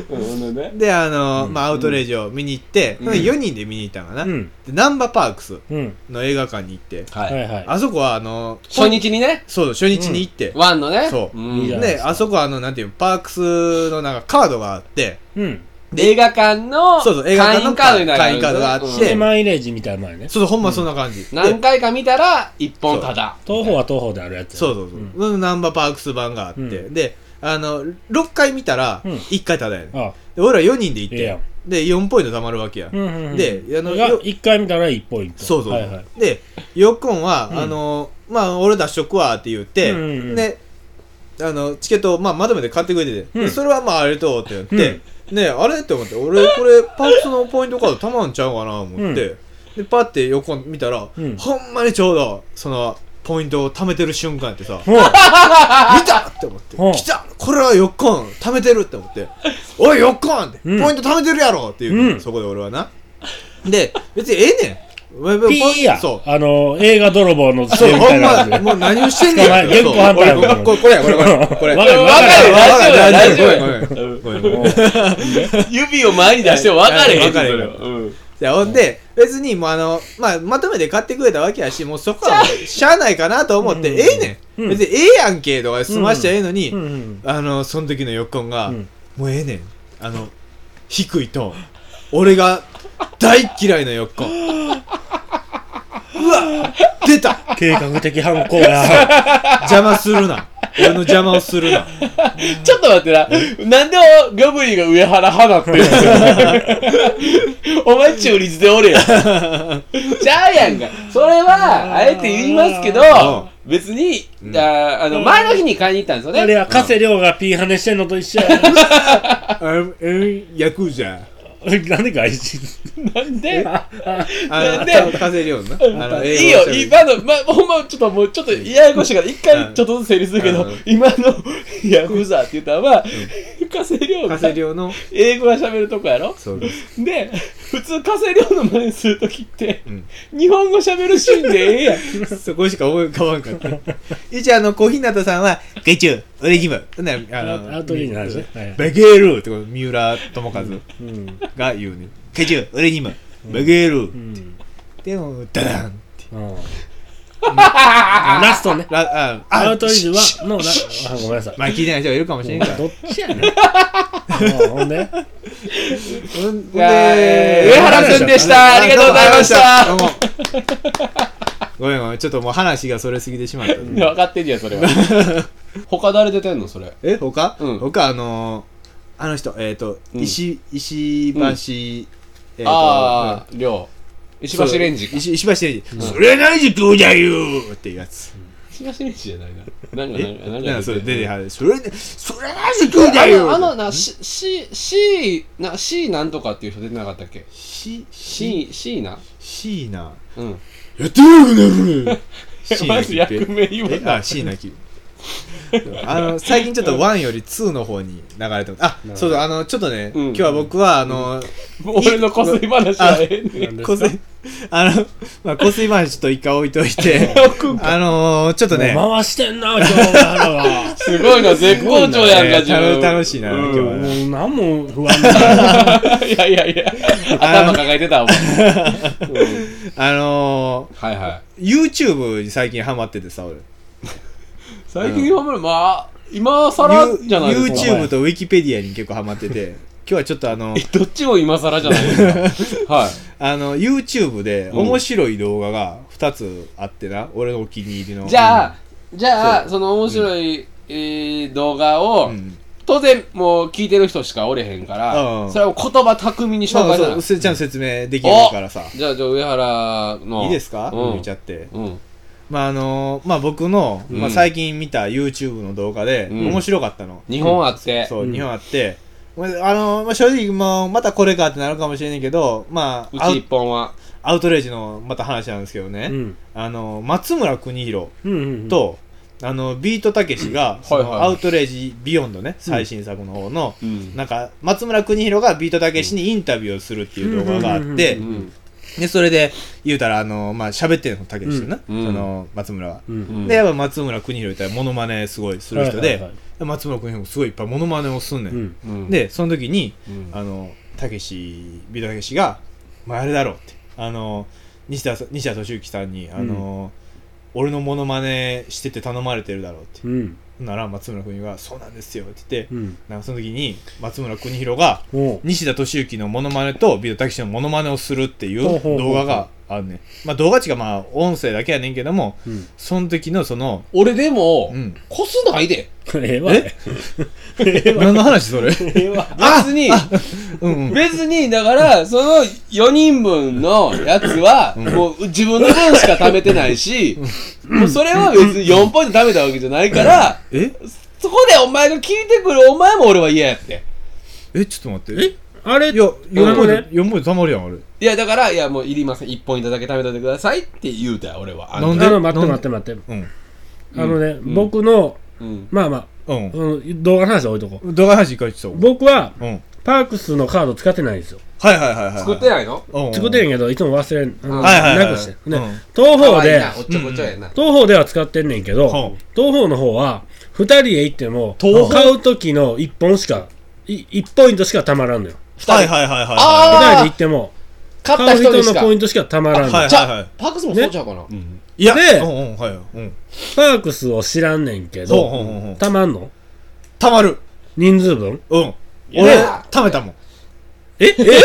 B: ほんでね
A: であのー、まあ、アウトレイジを見に行って、
B: うん
A: なんか4人で見に行ったんかな、
C: うん
A: でナンバーパークス
C: うん
A: の映画館に行って
C: はい
B: はい。
C: はい
A: あそこはあのー
B: 初日にね、
A: そう初日に行って、
B: ワンのね。
A: そう
B: うん
C: いいじゃん
A: であそこはあのなんていうのパークスのなんかカードがあって
C: うん
B: 映画館の
A: そうそう映画
B: 会
A: 館の
B: 員カードになる
A: 会員カードがあって
C: シネマイレージみたいなのね
A: そうそうほんまそんな感じ、で
B: 何回か見たら、一本ただ。
C: 東宝は東宝であるやつ
A: そうそうそう、
C: ん
A: うん、ナンバーパークス版があって、
C: う
A: であの6回見たら
C: うん
A: 1回ただやね、ん、
C: あ
A: で俺ら4人で行って
C: ええやん
A: で4ポイント貯まるわけや、
C: うんうんうん
A: であの
C: が
A: よ
C: 1回見たら1ポイント
A: そうそうそう、
C: はいはい
A: でよっこんは、
C: うん
A: あのまあ俺出しとくわって言って、
C: うんうんうん
A: であのチケットを、まあ、まとめて買ってくれてて、で
C: うん
A: それはまあありがとうって言って、ねえあれって思って俺これパーツのポイントカードたまんちゃうかな思って、
C: うん
A: でパッて横見たら、
C: うん
A: ほんまにちょうどそのポイントを貯めてる瞬間やってさ
C: ほう
A: 見たって思って
C: うん
A: 来たこれはよっこん貯めてるって思っておいよっこんってポイ
C: うん
A: ント貯めてるやろっていう
C: うん
A: そこで俺はなで別にええねん
C: ピーや
A: そう
C: あの映画泥棒の
A: そう、
C: み
A: ほ
C: たい
A: ん
C: な
A: ま
C: 感じ、
A: もう何をしてんねん。
C: 捕まえ現行犯逮捕
A: そう俺これ、これや、これ、これ。これ
C: わかるわ
A: わかる
B: 大丈夫
A: わかる
B: 大丈夫
A: ごめんごめんごめんごめんごめん
C: うん
B: 指を前に出しても分かれへん
A: 分かれへん
B: それはうん
A: じゃあほんで、別にもうあの、まあ、まとめて買ってくれたわけやし、もうそこはもうしゃあないかなと思って、
C: うん
A: ええね。
C: うんん
A: 別にええやんけとかで済ましちゃええのに、
C: うんうん
A: あの、その時のよっこんが、
C: うん
A: もうええねん。あの、低いトーン。俺が大嫌いなよっこん。うわ出た
C: 計画的犯行や
A: 邪魔するな。俺の邪魔をするな。
B: ちょっと待ってな。なんでガブリンが上原花ってんのお前中立でおれよ。ちゃうやんか。それは、あえて言いますけど
A: うん、
B: 別に、
A: ん
B: あーあの、前の日に買いに行ったんですよ
C: あれ
B: ね。
C: は加瀬亮がピーハネしてんのと一緒や
A: あうん、ヤクザ。
C: なんで外人
B: なんで、
A: あの、
B: で
A: で、稼げるような。あの、
B: いい
A: 英語を喋
B: よ、
A: る
B: 今の、ま、ほんま、ちょっともう、ちょっと、ややこしいから、一回ちょっとずつ整理するけど
A: うん、
B: 今の、ヤクザって言ったのは、稼量が
A: 稼、げるようの。
B: 英語が喋るとこやろ
A: そうです。
B: で、普通、稼量の真似するときって
A: うん、
B: 日本語喋るシーンでええやん。
A: そこしか思い浮かばんかった。一応、あの、小日向さんは、ゲチュー、俺ギブ。なあ
C: アウトリーの話ねはい
A: ベゲールってこと、三浦友和
C: うん
A: が言うね。ゲチュー、俺ギブ。ベゲー
C: う
A: ル。
C: ん
A: でも、ダダンって。
C: うんあラストね
A: ラあ、あ
C: アウトリー
A: しし
C: はのラあごめんなさい
A: まあ、聞いてない人がいるかもしれんから。
C: どっちやねんうんほん
A: ほん
B: い
C: で
B: やー上原くんでした。ありがとうございました。
A: どうもありがとうございました。どうもごめんごめん、ちょっともう話がそれすぎてしまった。
B: いや分かってんじゃんそれは 他誰出てんのそれ
A: え他、
B: うん
A: 他あのー、あの人えっ、と、
B: うん
A: 石石橋、
B: うん
A: えーと
B: あありょう
A: うん
B: 石橋レンジか
A: そう石石橋レンジ、それ何時どうだよーっていうやつ
B: 石橋レンジじゃないななんか
A: え
B: な
A: なんん
B: かなん
A: か
B: か
A: それ
B: 出て
A: 出
B: る
A: てはるそれそれ何時どうだよー
B: あのあのな C- C C な C なんとかっていう人出てなかったっけ
A: しし
B: C C な
A: しーな
B: うん
A: やってるよねこれ
B: まず役名言
A: え
B: わ
A: あ椎名き あの最近ちょっと1より2の方に流れてますあそうそうあのちょっとね、
B: うん
A: 今日は僕はあの、
B: 俺のこすり話はええねん
A: 小杉あの、まあ、小杉話ちょっと一回置いとい てあのー、ちょっとね
C: もう回してんな今日は
B: すごいな絶好調やんか
A: すごいな楽しいな
B: うん
A: 今日は
C: もう何も不安だ
B: いやいやいや頭抱えてたお前うん
A: あの
B: はいはい
A: ー、YouTube に最近ハマっててさ俺
B: 最近はあんまりまあ今更じゃないですか
A: YouTube と Wikipedia に結構ハマってて今日はちょっとあの
B: えどっちも今更じゃないですかはい
A: あの YouTube で
B: うん面
A: 面白い動画が2つあってな、俺のお気に入りの
B: じゃあ、じゃあ、
A: そ
B: その面白い、えー動画
A: う
B: を、
A: ん、
B: 当然もう聞いてる人しかおれへんから、
A: うん
B: それを言葉巧みに
A: ま
B: 紹
A: あ
B: 介し
A: そ
B: な
A: うせちゃんと説明できるからさ
B: じゃあ、じゃあ上原の。
A: いいですか、
B: うん
A: 見ちゃって
B: うん。
A: まああのーまあ僕の、
B: うん
A: まあ、最近見た YouTube の動画で、
B: うん
A: 面白かったの
B: 日本あって。
A: そう、
C: うん
A: 日本あって、まああのまあ、正直、まあ、またこれかってなるかもしれないけど、ま
B: う
A: あ、ア
B: ち
A: ウ
B: 一本は。
A: アウトレイジのまた話なんですけどね、
C: うん
A: あの松村邦洋
C: うんうん
A: と、あのビートたけしが、そ
B: はい
A: の
B: はい
A: アウトレイジビヨンドね、最新作の方の、
B: うん。
A: なんか松村邦洋がビートたけしにインタビューをするっていう動画があっ
B: う
A: て、
B: ん。
A: でそれで言うたら、あのまあ喋ってるの、たけしとな、
B: うん
A: その松村は。
C: う
B: うんん
A: で、やっぱ松村邦洋言ったら、モノマネすごいする人で、
C: はいはいはい
A: 松村邦洋もすごいいっぱいモノマネをすんね
C: うんん
B: うん、
A: でその時に
B: うん
A: あのたけしビートたけしが「まあ、あれだろ」うってあの西田さ西田敏行さんに「あの、俺のモノマネしてて頼まれてるだろう」って、
C: うん
A: なら松村邦洋が「そうなんですよ」って言って、
C: うん
A: なんかその時に松村邦洋が
C: おう
A: 西田敏行のモノマネとビートたけしのモノマネをするっていう
C: ほうほうほう
A: 動画があるねんまあ動画っちがまあ音声だけやねんけども
C: うん
A: その時のその
B: 俺でも、
A: うん
B: こすないで。
C: ええわ
A: え 何の話それ
C: ええわ
A: あ
B: 別に、
A: うんうん
B: 別に、だから、その4人分のやつは、もう自分の分しか貯めてないし、もうそれは別に4ポイント貯めたわけじゃないから、
A: え
B: そこでお前が聞いてくるお前も俺は嫌やって。
A: えちょっと待って
C: えあれ
A: いや4ポイン
C: あ
A: ト
C: のね
A: 4ポイントたまるやんあれ
B: いやだからいやもういりません1ポイントだけ貯めといてくださいって言うたよ俺はあ
A: なんで
C: あの待って
A: な
C: 待って待って
A: うん
C: あのね、
B: ん
C: 僕の
B: うん
C: まあまあ
A: うん
C: うん動画の話は置いとこう
A: 動画配信一回してたうん
C: 僕は
A: はい
C: パークスのカード使ってないんですよ
A: はいはいはい
B: 作ってないの
A: うん
C: 作ってんやけどいつも忘れんあの
B: はい
A: はいはい
C: なくしてね
A: うん
C: 東
B: か
C: 方
B: わいい
C: で
B: なおっちょこちょやな
C: 東方では使ってんねんけど、
A: は
C: 東方の方は2人へ行っても
A: 東宝
C: 買う時の1本しか1ポイントしかたまらんのよ
B: 二人
A: はいはいはいはい
B: あ
C: 2
B: ー
C: 人で行っても
B: 勝った
C: 買
B: 人に
C: う人
B: し
C: の
B: か
C: ポイントしかたまらんの、
A: はい
B: じゃあパクスもそうちゃうかなうん
A: いや
C: で
A: うんうんはいうん
C: パークスを知らんねんけ
A: ほうほうほうほ
C: ど
A: う
C: たまんの
A: たまる
C: 人数分
A: うん
B: いや
A: 俺貯めたもん
C: ええお前や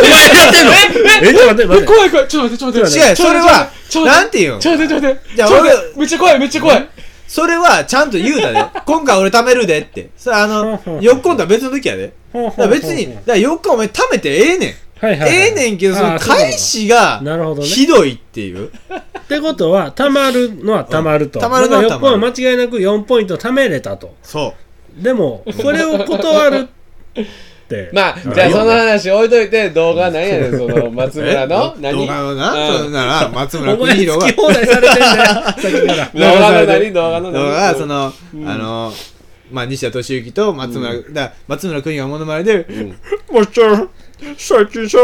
C: ってんのえちょっと待って待って
B: 怖い怖いちょっと待ってちょっと待って
A: 違う
B: ちょっ
A: それ
B: と
A: は
B: 待ってちょっと
A: な
B: 待
A: ん
B: って
A: ていうん
B: ちょっと待ってちょっと待って
A: じゃあ
B: ちょっと
A: 俺
B: 待ってめっちゃ怖いめっちゃ怖い
A: それはちゃんと言うたで今回俺貯めるでってそれあ
C: ほう
A: の
C: ほうほう
A: よっこんだら別の時やで
C: ほう
A: だか
C: ほうほ
A: ら
C: う
A: 別にだから4日お前貯めてええねん
C: はいはいはい
A: ええねんけどそ
C: あ
A: の
C: ーそういうこと
A: 返しが
C: なるほどね
A: ひどいっていう
C: ってことは、たまるのはたまると。
A: うん溜まるのは溜まる
C: だから横は間違いなく4ポイント貯めれたと。
A: そ
C: でも、それを断るって。
B: まあじゃあその話置いといて動画なんやねんその松
A: う
B: 村の
A: え動
B: 何
A: 画のな
B: うん
A: それなら松
C: お
A: 村
C: 前
A: 邦
C: 好
A: 弘が
C: き放題されてんだよ、さっき
B: 動
C: から。
B: 画の何動画の何
A: 動画がそ
B: の
A: のあのまあ西田敏行と松村だから松村邦がモノマネで「もっちゃん最近さ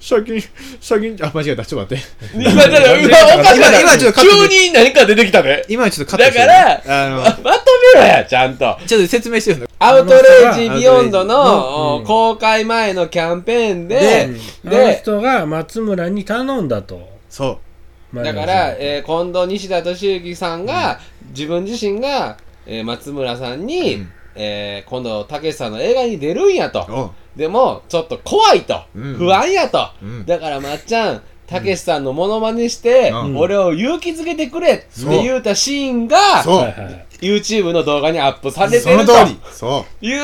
A: 最近最近あ間違えたちょっと待って
B: 今だからうわおかしかっ
A: 今
B: た
A: 今ちょっとカット
B: 急に何か出てきたね
A: 今ちょっとカットしてる
B: だ
A: あの
B: まとめろやちゃんと
A: ちょっと説明してるの
B: アウトレイジビヨンド
C: う
B: の
C: ん
B: 公開前のキャンペー ン
A: で
B: で、
C: うんあの
B: で、
C: 人が松村に頼んだと。
A: そ
B: だから、えー近藤西田敏行さんが、自分自身が、えー松村さんに、
A: うん
B: えー近藤武さんの映画に出るんや
A: う
B: と。
A: お
B: でも、ちょっと怖いと。
A: うん
B: 不安やと。
A: うん
B: だから、まっちゃん、武さんのモノマネして、
A: うん
B: 俺を勇気づけてくれって
A: そう
B: 言うたシーンが、
A: そう、
C: はいはい、
B: YouTube の動画にアップされ
A: そ
B: て
A: の
B: ると
A: 通りそ
B: いう、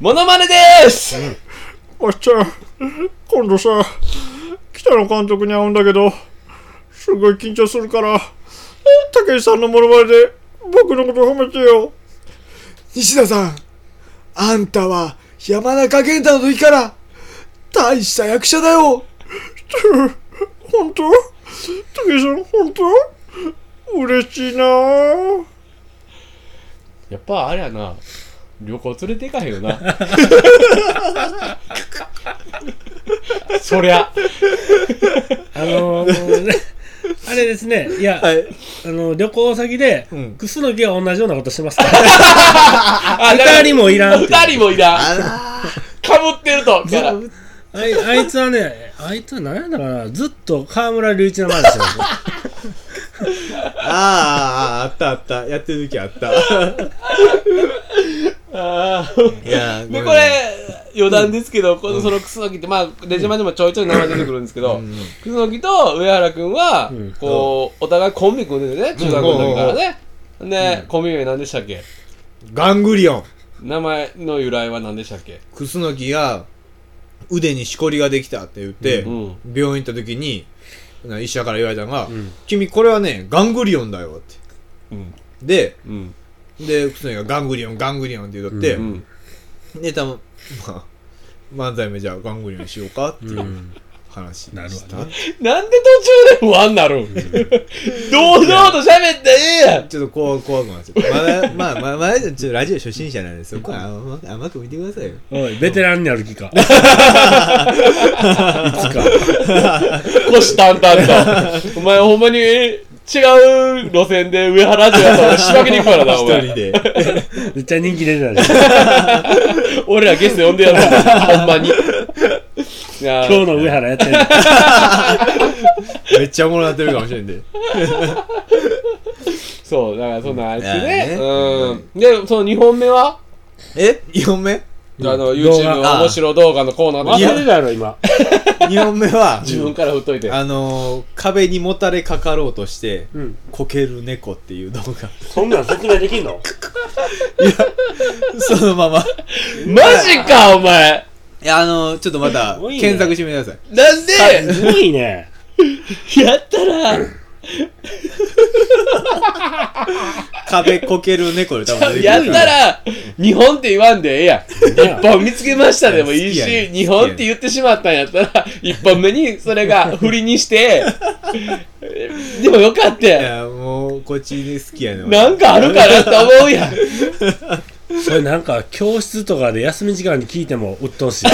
B: モノマネでーす、
D: あっちゃん、今度さ、北野監督に会うんだけど、すごい緊張するから、たけしさんのモノマネで僕のこと褒めてよ。
E: 西田さん、あんたは山中健太の時から大した役者だよ。
D: 本当たけしさん、本当嬉しいなぁ。
B: やっぱあれやな旅行連れていかへんよなそりゃ
C: あのー ね、あれですね、いや、
A: い
C: あの旅行先で、
A: うん
C: クスの木が同じようなことしてますから、二人もいらんっていう
B: 二人もいらんかぶってるとキャラ
C: あいあいつはね、あいつは何やったかな、ずっと河村隆一の前でしてるんですよ
A: ああああったあったやってる時あった
B: あー
A: いや
B: でこれ余談ですけど、このその楠木ってまあ出島でもちょいちょい名前出てくるんですけど楠木と上原君は、
C: ん
B: こうお互いコンビ組んでてね中学の時からね、で、コンビ名何でしたっけ
A: ガングリオン
B: 名前の由来は何でしたっけ
A: クスノキが腕にしこりができたって言って、
B: うん
A: 病院行った時にな医者から言われたのが、君これはねガングリオンだよ」って
B: うん
A: で
B: うん
A: でクスノキが「ガングリオンガングリオン」って言うとって、
B: うん
A: でたままあ漫才名じゃあガングリオンしようかっていう話
C: なる
A: した、
C: ほど
B: なんで途中で不安になる ん堂々と喋ってええやん
A: ちょっと怖怖くなっちゃったまだまあまあまあちょっとラジオ初心者なんでそこは甘く甘く見てくださいよ
C: おい、ベテランになる気 か。
B: 腰淡々 と。お前ほんまに違う路線で上原城やったら仕掛けに行くからな、お
A: 一
B: 前。
A: 人で
C: めっちゃ人気出てたじゃん。
B: 俺らゲスト呼んでやるから、ほんまに。いや
C: 今日の上原やってる。
A: めっちゃおもろなってるかもしれんで
B: そう、だからそんなあいつ
A: いや
B: ね
A: ね。
B: うん。で、その2本目は
A: え2本目
B: あの、
C: 動
B: YouTube
C: 画
B: の面白動画のコーナー
C: 忘
B: で
A: や
C: れてたやろ、今。
A: 2本目は
B: 自分から振っといて。
A: あのー、壁にもたれかかろうとして、
C: うん。
A: こける猫っていう動画
C: そんなん説明できんの
A: そのまま
B: マジか、お前
A: いやあのー、ちょっとまた
C: ごいね
A: 検索してみてください
B: なんです
C: ごいね。
B: やったら、
A: 壁こける猫で多分出てくる
B: やったら、日本って言わんでええやん。一本見つけましたでもい
A: 好
B: い
A: きやね
B: し、日本って言ってしまったんやったら、一本目にそれが振りにして、でもよかった
A: い
B: やん。
A: やもうこっちに好きやね
B: なんかあるかなって思うやん。
C: それなんか教室とかで休み時間に聞いても鬱陶し い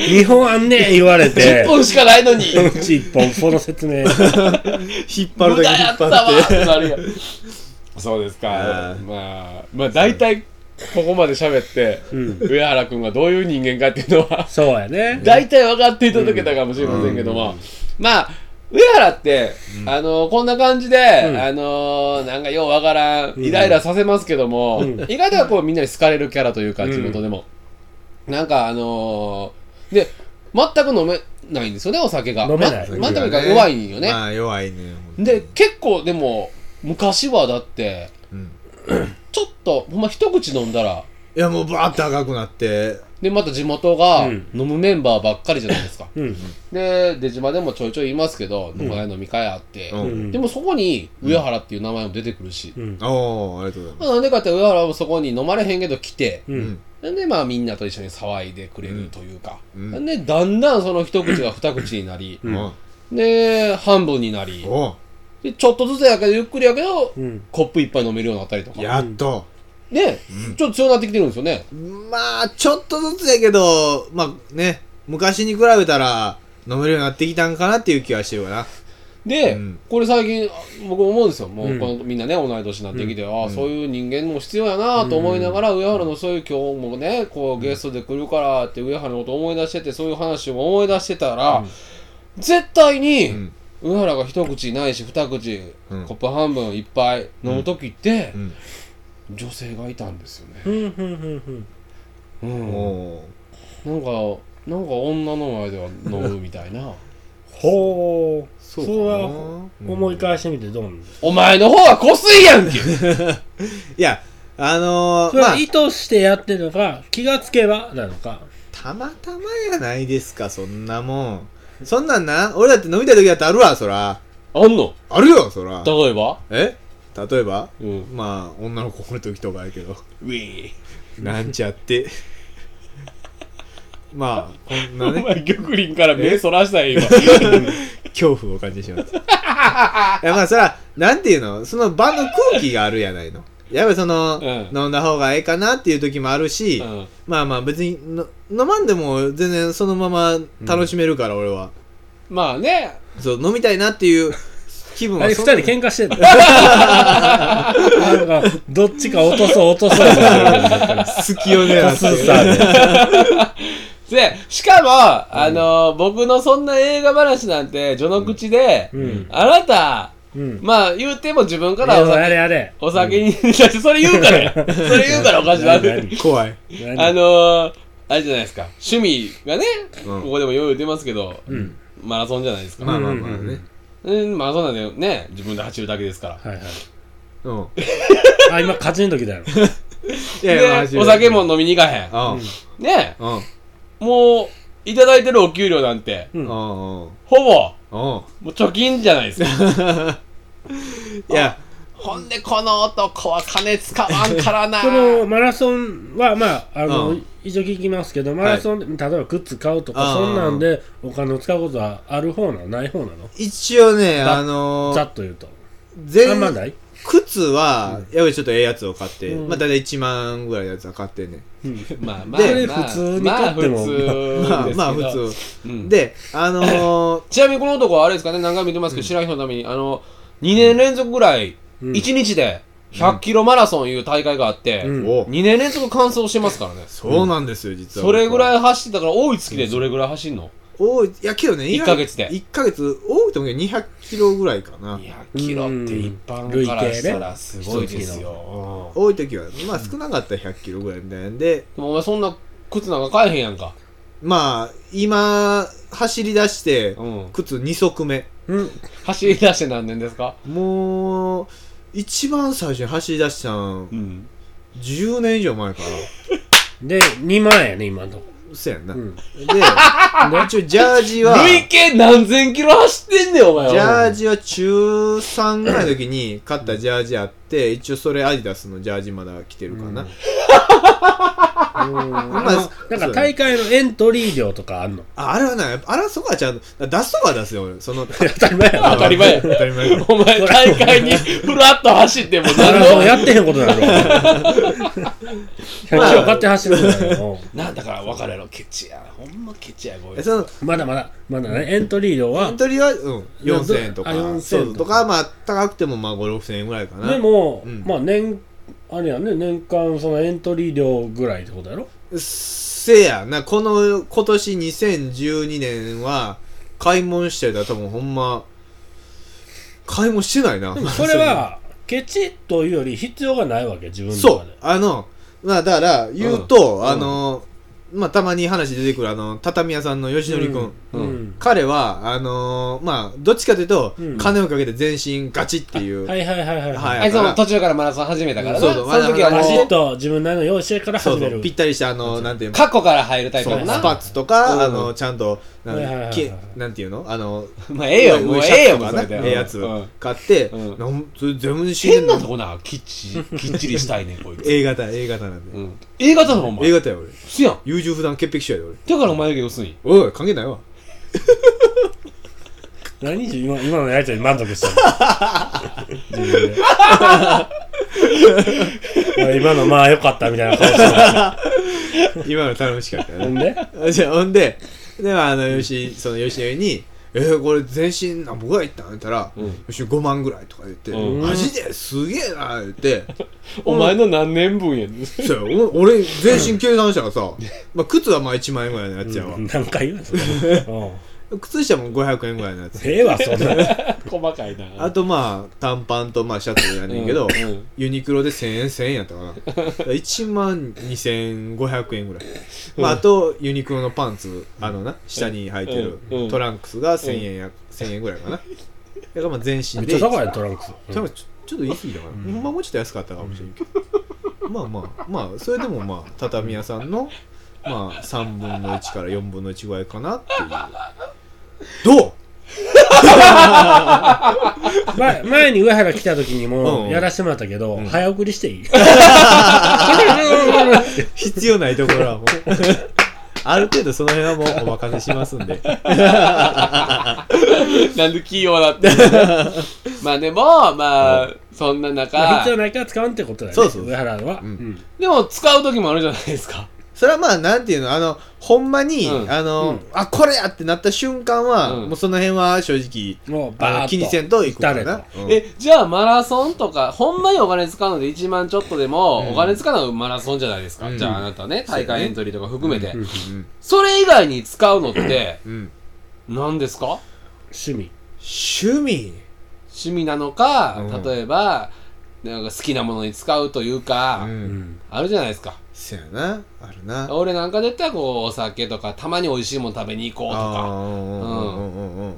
C: 日本あんねん言われて
B: 一本しかないのに、
C: うち一本この説明
A: 引っ張
B: 無
A: るだ
B: 駄
A: け引
B: や
A: っ
B: ったわ
A: 張
B: っ
A: って
B: てなるやん。そうですか
A: あ。ー
B: まあ、まあ大体、ここまで喋って、上原くんがどういう人間かっていうのは、
C: そうやね
B: 大体分かっていただけたかもしれませんけども、まあ上原って、あのこんな感じで、あのなんかようわからんイライラさせますけども、意外とはこうみんなに好かれるキャラというか地元でも、なんかあのーで全く飲めないんですよねお酒が
C: 飲めない
B: ま全く弱いんよね、
A: まあ弱いねほんとに
B: で結構でも昔はだって
A: うん
B: ちょっとほんま一口飲んだら
A: いやもうバーッと赤くなって
B: でまた地元が
C: うん
B: 飲むメンバーばっかりじゃないですか、
C: うん
B: で出島でもちょいちょいいますけど、この間飲み会あって、
A: うん
B: でもそこに上原っていう名前も出てくるし、
C: うん
A: おーありがとうございま
B: まあな、んでかって上原もそこに飲まれへんけど来て、
C: う
A: すうんん
B: なんでまあみんなと一緒に騒いでくれるというか、
A: うん
B: なんでだんだんその一口が二口になり、
A: お
B: で半分になり
A: ー、お
B: でちょっとずつやけどゆっくりやけど、
C: うん
B: コップ一杯飲めるようになったりとか、
A: ーやっと
B: ね、ちょっと強くなってきてるんですよね。
A: まあちょっとずつやけどまあね昔に比べたら飲めるようになってきたんかなっていう気はしてるかな
B: で、
A: うん
B: これ最近僕思うんですよもううんこの、みんなね同い年になってきて、ああそういう人間も必要やなと思いながら、上原のそういう今日もねこうゲストで来るからって上原のこと思い出しててそういう話を思い出してたら、絶対に、
A: ん
B: 上原が一口ないし二口、
A: うん
B: コップ半分いっぱい飲む時って、
A: うん
B: 女性がいたんですよね、
C: うんうんうん
B: うん
A: おー
B: なんかなんか女の前では飲むみたいな
C: ほう
A: そ
C: そうう
A: かな
C: は思い返してみてどうなの
B: お前の方はこすいやんけ
A: いやあの
C: そ
A: ー
C: れ
A: まあ
C: は意図してやってるのか気がつけばなのか
A: たまたまやないですかそんなもんそんなんな俺だって飲みたい時だってあるわそら
B: あんの
A: あるよそら
B: 例えば
A: え例えば
B: うん
A: まあ女の子おる時とかやけど
B: ウィー
A: なんちゃって まあこん
B: お
A: なね
B: 前、玉林から目そらしたんや、今。
A: 恐怖を感じてしまった いやまあそらなんていうのその場の空気があるやないのやっぱりその、
B: うん
A: 飲んだ方がええかなって いう時もあるし、
B: うん
A: まあまあ別にの飲まんでも全然そのまま楽しめるから俺は、
B: まあね、
A: そう飲みたいなっていう気分
C: あ
A: は
C: れ二
A: そん
C: 人喧嘩してんのなんかどっちか落とそう落とそう
A: 隙を狙
C: カ
A: っ
C: スーさん
A: て
C: で
B: で、しかも、あの、僕のそんな映画話なんて、序の口で、
C: うん
B: あなた、
C: うん
B: まあ言うても自分か
C: いや
B: らお
C: あ
B: 酒、
C: れあれ
B: お酒に、 だってそれ言うからや、それ言うからおかしな
C: 何
B: る。
C: 何
A: 怖い
C: 何
B: あの、あれじゃないですか、趣味がね、
A: うん
B: ここでもよう言うてますけど、
C: ん
B: マラソンじゃないですか。
A: まあまあまあね
B: うん、マラソンなんでね、自分で走るだけですから。
C: はいはい
A: うん
C: あ今勝ちの時だよ
A: いやいやまあ
B: で、お酒も飲みに行かへん。
A: うん
B: ね、
A: うんうん
B: もう、いただいてるお給料なんて、
C: うん
A: うんうん
B: ほ
A: う
B: ぼ、
A: ん
B: もう貯金じゃないですか。
A: いや
B: ほんで、この男は金使わんからな。
C: そのマラソンは、まあ、あの、
A: うん
C: 一応聞きますけど、マラソン、例えば靴買うとか、
A: あー
C: そんなんでお金を使うことはある方なのない方なの
A: 一応ね
C: だ
A: あの
C: ざ
A: ー
C: っと言うと。あんま
A: 全
C: ない
A: 靴はやっぱりちょっとええやつを買って
C: うん
A: まあ大体1万ぐらいのやつは買ってんね
B: まあまあ、まあ、
A: で
C: 普通に買っても
A: まあまあ
B: まあ普通です
A: 普通
B: けどうん
A: であのー
B: ちなみにこの男はあれですかね、何回も言ってますけど、白い人のために、あの、2年連続ぐらい、
C: うん
B: 1日で100キロマラソンいう大会があって、
C: うん
A: お
B: 2年連続完走してますからね。
A: そうなんですよ実は
B: それぐら
A: い
B: い走ってたから、多い月でどれぐらい走んの
A: 多いいやけどね
B: 一ヶ月で
A: 1ヶ月多いと思うけど200キロぐらいかな
B: ?200 キロって一般からしたらすごいですよ。うん
A: 多い時はまあ少なかったら100キロぐらいみたいなんで
B: でもお前そんな靴なんか買えへんやんか。
A: まあ今走り出して
B: うん
A: 靴2足目
C: うん。
B: 走り出して何年ですか
A: もう一番最初に走り出したん
B: うん。
A: 10年以上前か
C: で、2万円やね、今のとこ。
A: そうやんな。で、
B: ん
A: 一応ジャージは、
B: 累計何千キロ走ってんねん、お前は。
A: ジャージは中3ぐらいの時に買ったジャージあって、一応それアディダスのジャージまだ着てるかな。まあ
C: なんか大会のエントリー料とかあんの
A: ああれはな、あれはそこはちゃんと、出すとこは出すよ、俺。その、
C: 当たり前やろ。
B: 当たり前や
A: 当たり前
B: お前、大 会にふらっと走っても
C: マラ
B: 何
C: ソ
B: の
C: ンやってへんことだ ろ。100キロ買って走るんだよ。
B: なんだから分かるやろ、ケチや。ほんまケチや、こい
A: え
B: つ。
A: その、
C: まだまだ、まだね、エントリー料は
A: エン。トリーは、うん、4000円とか、
C: あ4000
A: そう
C: とか
A: とか、まあ、高くても、まあ、5、6000円ぐらいかな。
C: でも、
A: うん
C: まあ年、あれやね、年間そのエントリー料ぐらいってことやろ
A: せやな、この、今年2012年は、買い物してたら多分ほんま、買い物してないな。
C: でもそれは、ケチというより必要がないわけ、自分の
A: そ
C: 中
A: う
C: で。、
A: あの、まあだから、言うと、あの、まあたまに話出てくる、あの、畳屋さんの吉典君。
C: うん
A: うん彼は、あのまあ、どっちかというと、
C: うん
A: 金をかけて全身ガチっていう。
C: はいはいはいはい。
A: はい
B: あいつも途中からマラソン始めたからな。
A: そう
B: そ
A: そう
B: の時は
A: あ
B: も
C: バシッ
B: う、
C: と自分なりの用意してから
A: そう
C: 始
A: そ
C: め
A: う
C: る。
A: ぴったりした、あの、なんていうの
B: 過去から入るタイプ
A: そ
B: や
A: う
B: もん
A: ス
B: な。
A: パッツとか、
B: うん
A: あのちゃんとなん,、
C: はいはいはい
A: きなんていうのあの
B: まあ、ええよ、もうええよ、もう
A: 上
B: そ
A: 上シャツとか
B: れで。
A: なええやつ
B: うん
A: 買って、
B: うん
A: なんそれ全部死んで
B: 変
A: ん
B: な
A: の
B: とこな、きっちり、きっちりしたいねん、こい つ。
A: A 型 A 型なんで、
B: うん。A 型のお前。
A: A 型や俺
B: すやん。
A: 優柔不断潔癖症やで
B: だからお前だけ薄い。
A: 俺おい関係ないわ
C: 何今今のやつに満足した の自分で まあ今のまあ良かったみたいな顔して
A: 今の楽しかったよ
C: たん
A: ね
C: で
A: じゃあほんでであの吉その吉江に「えー、これ全身なんぼぐらいいったん?」言ったら「
B: うん
A: 吉江5万ぐらい」とか言って「
B: うん
A: マジですげえな」言って
B: お前の何年分やねん。
A: そうよお俺全身計算したらさ、まあ、靴はまあ1万円ぐらいのやつやわ、
C: 何回言うのそれうん
A: 靴下も500円ぐらいのやつ
C: ええわ そんな
B: 細かいな。
A: あとまあ短パンとまあシャツやねんけど、
B: うんうん
A: ユニクロで1000円1000円やったかな 1万2500円ぐらい、まあ、あとユニクロのパンツあのな下に履いてる
B: うんうん
A: トランクスが1000円や、1000円ぐらいかなだからまあ全身
C: めっ
A: で
C: ちゃ
A: 多
C: 高
A: 分
C: いやんトランクス
A: ちょちょっと言い過ぎたかな、ほんまもうちょっと安かったかもしれんけど、まあまあまあそれでもまあ畳屋さん のまあ3分の1から4分の1ぐらいかなっていうどう
C: 前前に上原来た時に
A: う
C: も
A: ん
C: やらしてもらったけど、
A: ん
C: 早送りしていい
A: 必要ないところはもう ある程度その辺はもうお任せしますんで
B: なんで器用だって。 まあでも、まあ、そんな
C: まあ
B: 中
C: 必、要ないから使わんってことだよね
A: そうそう
C: 上原は、
A: ん
C: うん
B: でも使う時もあるじゃないですか。
A: それはまあなんていうのあのほんまに、
B: うん
A: あの、あこれやってなった瞬間は、
B: うん
A: もうその辺は正直
C: もう
A: あ
C: バーッ
A: の
C: と
A: 気にせんといくか
C: 打た
A: な
C: れ、
A: うん
B: え、じゃあマラソンとか、ほんまにお金使うので1万ちょっとでも、お金使うのはマラソンじゃないですか。
A: うん
B: じゃああなたね、大会エントリーとか含めて。
A: うん
B: それ以外に使う のって、
A: うん
B: 何ですか
C: 趣味
A: 趣味
B: 趣味なのか
A: うん、
B: 例えば、なんか好きなものに使うというか、
A: う
C: うんん
B: あるじゃないですか。
A: そやなあるな
B: 俺なんかで言ったら、こう、お酒とか、たまに美味しいもの食べに行こうと
A: あ
B: か。
A: ーうんうんうんうんうん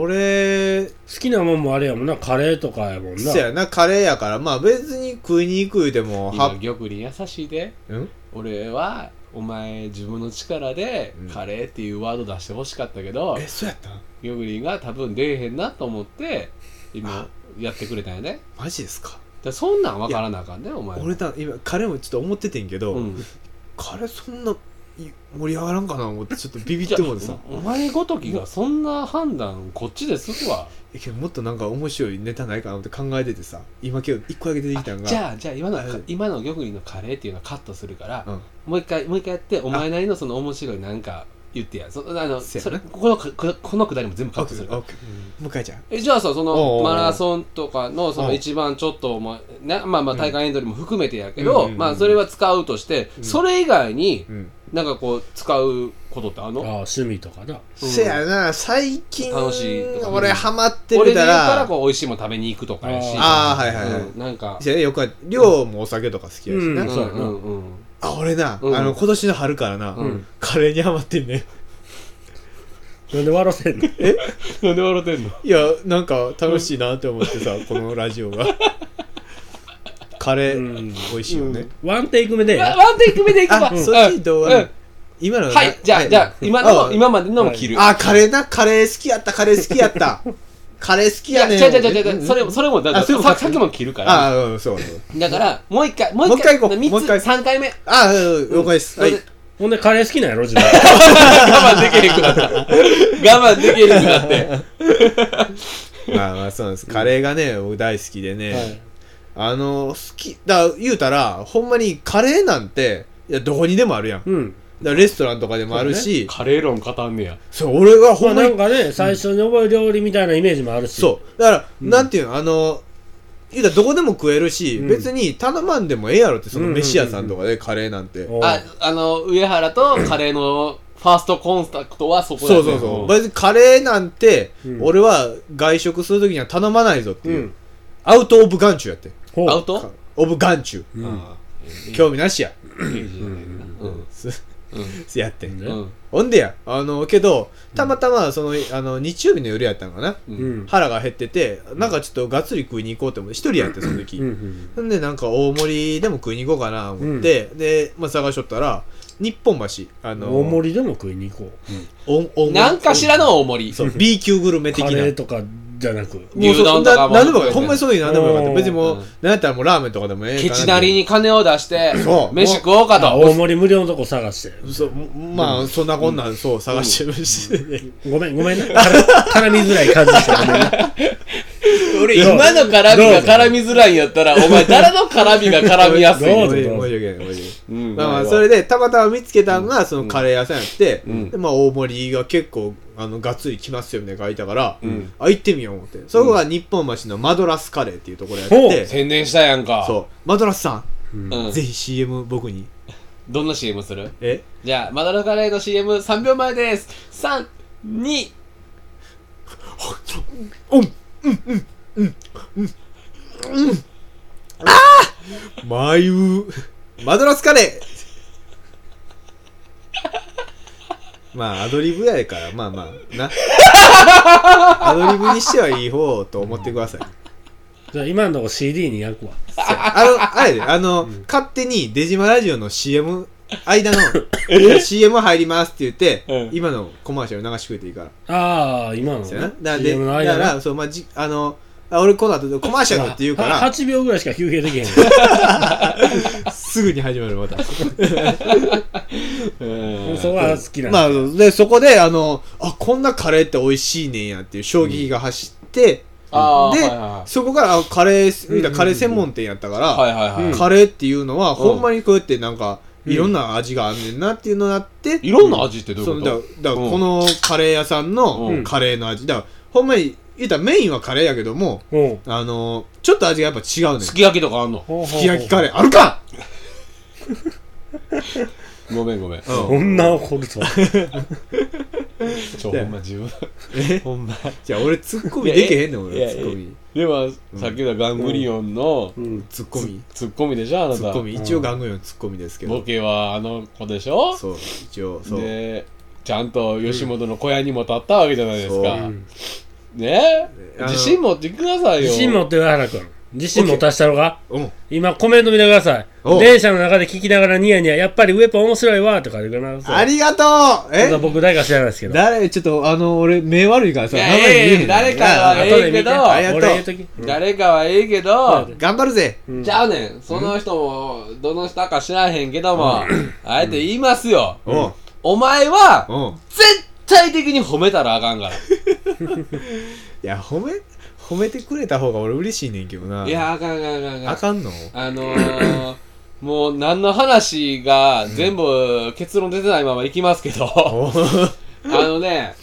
A: 俺
C: 好きなもんもあれやもんなカレーとかやもんな
A: そやなカレーやからまあ別に食いに行く言うても
B: 今
A: は、
B: 玉林優しいで。
A: うん
B: 俺はお前自分の力で
A: うん
B: カレーっていうワード出してほしかったけど、
A: えそうやったん
B: ヨグリンが多分出えへんなと思って今やってくれたんやねだか
A: マジですから
B: そんなん分からなあかんねお前は
A: 俺だ今カレーもちょっと思っててんけど、
B: うん、
A: カレーそんない盛り上がらんかな思ってちょっとビビっ
B: じゃ
A: てもうてさ
B: あおお前ごときがそんな判断こっちですわ
A: えけどもっとなんか面白いネタないかなって考えててさ今今日一個だけ出てきたんが
B: じゃあじゃあ今のは
A: うん
B: 今の玉林のカレーっていうのはカットするから、
A: うん
B: もう一回もう一回やってお前なりのその面白いなんか言ってやそあの
A: せや
B: そ
A: な
B: れこのくだこのくだりも全部カ
A: オ
B: ッ
A: ッ
B: ト
A: ケ
B: する
A: ー
B: から
A: オッケー向井ちゃん
B: えじゃあさそ
A: おうおうお
B: の
A: う
B: マラソンとかのそ
A: お
B: の
A: う
B: 一番ちょっともうねまあまあ大会エントリーも含めてやけど、
A: うんうんうん
B: まあそれは使うとして、それ以外に
A: うん、
B: なんかこう使うことってあん
C: ああ
B: の
C: 趣味とかな
A: せやな最近
B: 楽しいとか
A: 俺ハマって
B: 俺
A: る
B: で言
A: か
B: う
A: ら
B: からこう美味しいもん食べに行くとかやし
A: ああはいはいはい、
B: うんなん か
A: せやねよくあ量もお酒とか好きやしな、
C: うんそうやな
B: うんうん
A: あ俺な、
B: うん
A: あの今年の春からな、
B: ん
A: カレーにハマってんね
C: なんで 笑せんの
B: なんで 笑ってんの
A: いやなんか楽しいなって思ってさ、このラジオがカレ
C: う
A: ー
C: ん
A: 美味しいよね、
C: ワンテイク目で。
B: ワワンテイク目でいくわ
A: あそっちどう
B: うんうん
A: 今のな
B: はいじゃあじゃあ今の
A: あ
B: 今までのも切る
A: あカレーなカレー好きやったカレー好きやったカレー好き
B: いや
A: や
B: 違う
A: ねん
B: 違う違う違うそれもそれもだから
A: あそれも
B: ささっきも切るから
A: あうんそうそう
B: だからもう一回も
A: もう一回行こう
B: 三
A: もう一回
B: つ三回目
A: あうん了解です、はい
B: それ
C: ほんで、カレー好きなんやろ、自分。
B: 我慢できへんくなった。我慢できへんくなって。
A: まあまあそうなんです。カレーがね、僕大好きでね。あの、好き、だから言うたら、ほんまにカレーなんて、いや、どこにでもあるやん。だか
C: うん。
A: らレストランとかでもあるし、
B: カレー論語んねや。
A: そう,、俺が
C: ま
A: ほ
C: あ、
A: んま
C: な
A: に、
C: んかね、最初に覚える料理みたいなイメージもあるし。
A: そう。だから、なんていうの、あの、言うたらどこでも食えるし、
C: うん
A: 別に頼まんでもええやろって、その
C: うんうんうんうん
A: 飯屋さんとかでカレーなんて。
C: おう。
B: あ、あの、上原とカレーのファーストコンタクトはそこだ
A: そ
B: よ
A: う
B: ね
A: そうそう。別にカレーなんて、
C: うん
A: 俺は外食するときには頼まないぞっていうう。
C: ん。
A: アウト・オブ・ガンチュやって。
C: ほ
B: アウ
C: う。
B: ト
A: オブ・ガンチュ。
C: うん
A: 興味なしや。
B: うん。
A: やってん。
B: うん。
A: ほんでや、あの、けど、たまたま、その、あの、日曜日の夜やったんかな。
B: う。
C: うんん。
A: 腹が減ってて、なんかちょっとがっつり食いに行こうって思って、一人やって、その時。
C: うんうん。
A: ほんで、なんか大盛りでも食いに行こうかな、思って、で、まあ、探しとったら、日本橋、あの、
C: 大盛りでも食いに行こう。
A: お大盛り
B: なんかしらの大盛り。
A: そう、B 級グルメ的
C: カ
A: な。
C: レーとかじゃなく。
A: もう
B: 牛丼とかも
A: 何でもよかった。ほんまにその時何でもよかっ
C: う
A: た。
C: ん
A: 別にもう
B: うん、
A: なんやったらもうラーメンとかでもええか
B: ケ
A: な
B: チなり。に金を出して
A: そ、う
B: 飯食おうか
C: あ
B: と。
C: 大盛り無料のとこ探して。
A: そう、まあ、そんなこんなん、そう、探してるし。
C: ごめん、ごめんね。絡絡みづらい感じした。ごめ んね。
B: 俺、
C: どう
B: 今の絡みが
C: どう
B: 絡みづらいんやったら、お前、誰の絡みが絡みやすい
C: ど
B: の
C: うぞ
A: 申し訳ない、申し訳ない。
B: うん
A: まあまあそれでたまたま見つけたのがそのカレー屋さんやって、
B: うん
A: でまあ大盛りが結構あのがっつり来ますよみたいなの書いたから、
B: うん
A: あ行ってみよう思ってそこが日本橋のマドラスカレーっていうところやってて
B: 宣伝したやんか。
A: そうマドラスさ
B: うん
A: ん、ぜひ CM 僕に
B: どんな CM する
A: え
B: じゃあ、マドラカレーの CM3 秒前です。3、2、
A: マイウマドラスカレーまあアドリブやからまあまあなアドリブにしてはいい方と思ってください
C: じゃあ今のとこ CD に焼くわ。
A: あの、あれやで、あの、勝手にデジマラジオの CM、間の CM 入りますって言って、
B: うん
A: 今のコマーシャル流してくれていいから。
C: ああ、今の
A: そうやな。だ
C: ね。
A: からで
C: CM の
A: だ
C: 間
A: か
C: ね
A: ら、そう、まあ、じあの、あ俺この後コマーシャルって言うか
C: は
A: ら、
C: 8秒ぐらいしか休憩できへん。
A: すぐに始まる、ま た。
B: う
C: そこは好きなん
A: ま
C: だ。
A: あ、で、そこで、あの、あ、こんなカレーって美味しいねんやっていう衝撃が走って、
B: あー
A: で、
B: はいは
A: そこから、あカレー、見たらカレー専門店やったから、
B: いはいはいはい。
A: カレーっていうのは、ほんまにこうやってなんか、いろんな味があんねんなっていうのがあって、
B: いろんな味ってどう
A: そ
B: いうう
A: だ
B: こ
A: からだから
B: うん
A: このカレー屋さん
B: う
A: の
B: ん
A: カレーの味だからほんまに言うたらメインはカレーやけども
C: うん。
A: あのーちょっと味がやっぱ違うねん
B: とす
A: す
B: き焼きとかあんの
C: ほうほうほう
A: き焼きカレーあるか
B: ごめんごめん。
A: ん
C: そんな怒るとは。
B: ちょ、ほんま自分。
A: え ほんまじゃあ俺ツッコミできへんねん俺
B: いやいや
A: ツッコミ
B: では、さっきのガングリオンの
C: うん。
A: ツッコミ
B: ツッコミでしょ、あな
A: ツッ
B: た
A: コ。ミ一応ガングリオンツッコミですけ
B: ボ
A: ど
B: ケはあの子でしょ
A: そう一応そう
B: で、ちゃんと吉本の小屋にも立ったわけじゃないです
A: う
B: か
C: ん。
B: ね
A: あの
B: 自信持ってくださいよ。
C: 自信持って上原君。自信持たしたろか
A: うん
C: 今コメント見てください。
A: お
C: 電車の中で聞きながらニヤニヤ、やっぱりウェポン面白いわとか言ってくださ
A: あ
C: い。
A: りがとう
C: ただ
A: え
C: 僕誰か知らないですけど。
A: 誰ちょっとあの俺目悪いからさ
B: いや
A: 名前見えへん
B: いやいや誰かは
A: な
B: ええけど
C: 後
A: ありがとう
C: 俺言うとき。
B: 誰かはええけど、
A: 頑張るぜ
C: うん
B: じゃあねん、その人も、どの人か知らへんけども、あえて言いますよ。
A: おう
B: お前は、
A: おう
B: 絶対的に褒めたらあかんか
A: いや褒め褒めてくれた方が俺嬉しいねんけどな
B: ら。いや、あかんあかんあかんあ
A: あ
B: かん。
A: かんの
B: あのー、 もう何の話が全部結論出てないままいきますけど、あ
A: おー
B: のね、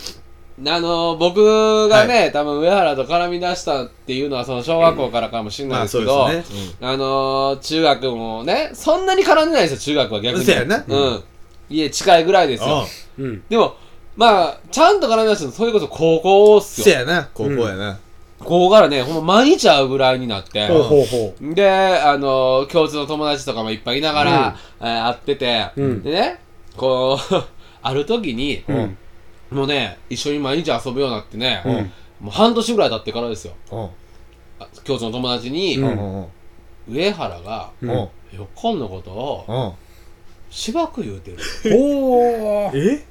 B: あのー、僕がね、多分上原と絡み出したっていうのはその小学校からかもしれない
A: まあ
B: です
A: そう
B: け
A: で
B: ど、
A: すね。
B: あのー、中学もね、そんなに絡んでないですよ、中学は逆に。
A: そうやな
B: うん。家近いぐらいですよ。
C: うん。
B: でも、まあ、ちゃんと絡み出したの、それこそ高校っす
A: せ
B: よ。
A: やな、高校やな。
B: 高校からね、ほんま毎日会うぐらいになって。
C: ほうほうほ
B: で、あのー、共通の友達とかもいっぱいいながら、えー会ってて、
C: うん
B: でね、こう、 ある時に、
C: ん
B: もうね、一緒に毎日遊ぶようになってね、
A: ん
B: もう半年ぐらい経ってからですよ。
A: うん。
B: あ共通の友達に、
C: うん
A: うん。
B: 上原が
A: うんん。お
B: 横のことを
A: うん。
B: しばく言うてる
C: おー
D: え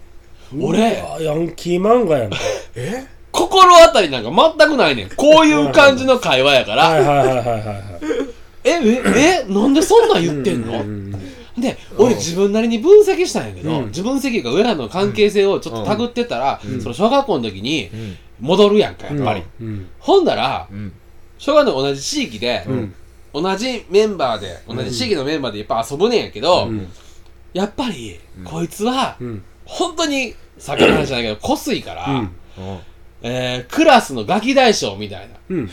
B: 俺
C: うわヤンキー漫画やんか
D: え
B: 心当たりなんか全くないねんこういう感じの会話やか
C: はい
B: ら
C: はいはいはいはいはい
B: えええなんでそんなん言ってんので俺自分なりに分析したんやけど、
A: うん
B: 自分析が上原の関係性をちょっとたぐってたら、
A: うん
B: その小学校の時に
A: うん。
B: 戻るやんかやっぱり、
C: うん
B: ほんだら
A: うん。
B: 小学校の同じ地域で、
A: ん
B: 同じメンバーで同じ地域のメンバーでやっぱ遊ぶねんやけど、
C: うん
B: やっぱりこいつは
C: うん
B: 本当にさっきの話じゃないけど濃すいから、
C: うん
B: えークラスのガキ大将みたいな
C: うん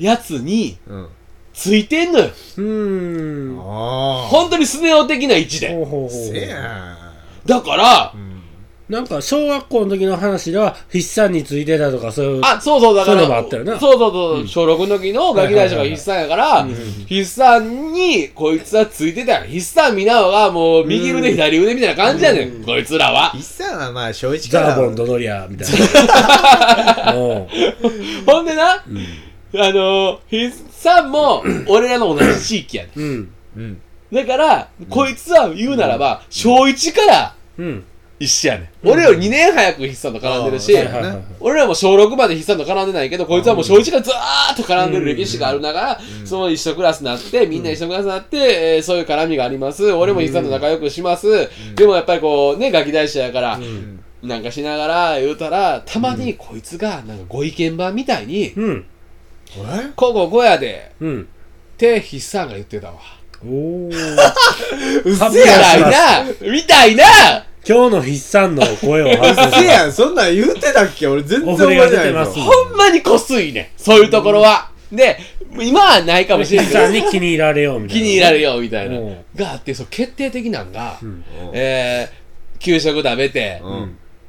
B: やつに
A: うん。
B: ついてんのよ
C: うん
A: ああ。
B: 本当にスネ夫的な位置で
C: ほうほうほう
A: せや
B: だから
A: ん。うん。
C: なんか小学校の時の話では筆算についてたとかそういう
B: あそうそうだから
C: そういうのもあったよな
B: そうそうそう、小6の時のガキ大将が筆算やから筆算にこいつはついてたよ筆算皆はもう右腕左腕みたいな感じやねんこいつらは
A: 一さんはまあ、小一か
C: ザ
A: ら。
C: ーボンドドリアみたいな おう
B: ほんでな、あの筆算も俺らの同じ地域やねん
C: うん
A: うん。
B: だからこいつは言うならば小1から
C: うん
B: 一緒やねん俺より2年早く筆算と絡んでるし、
A: うん
C: はいはいはいはい
B: 俺らも小6まで筆算と絡んでないけど、こいつはもう小1からずーっと絡んでる歴史がある中、その一緒クラスになって、みんな一緒クラスになって、えーそういう絡みがあります。俺も筆算と仲良くします。でもやっぱりこう、ね、ガキ大使やから、なんかしながら言うたら、たまにこいつが、なんかご意見番みたいに、
C: うん
A: え
B: こうこうこうやで、
C: うん
B: って筆算が言ってたわ。
C: おお
B: うっ
C: 発
B: せ
C: 表します
B: やなみたいな
C: 今日の筆算の声を外
A: せ
C: せ
A: やん、そんなん言うてたっけ俺全然
C: お
A: 覚
C: 触れが
A: えて
C: 出
A: ない
C: て
A: ぞ
C: ます
B: ほんまにこすいねんそういうところは。で、今はないかも しれん
C: 筆
B: けど
C: 算、に気に入られようみたい
B: 気
C: な
B: に入られようみたいな
C: うん
B: があってそう決定的なんが、
C: ん
B: えー給食食べて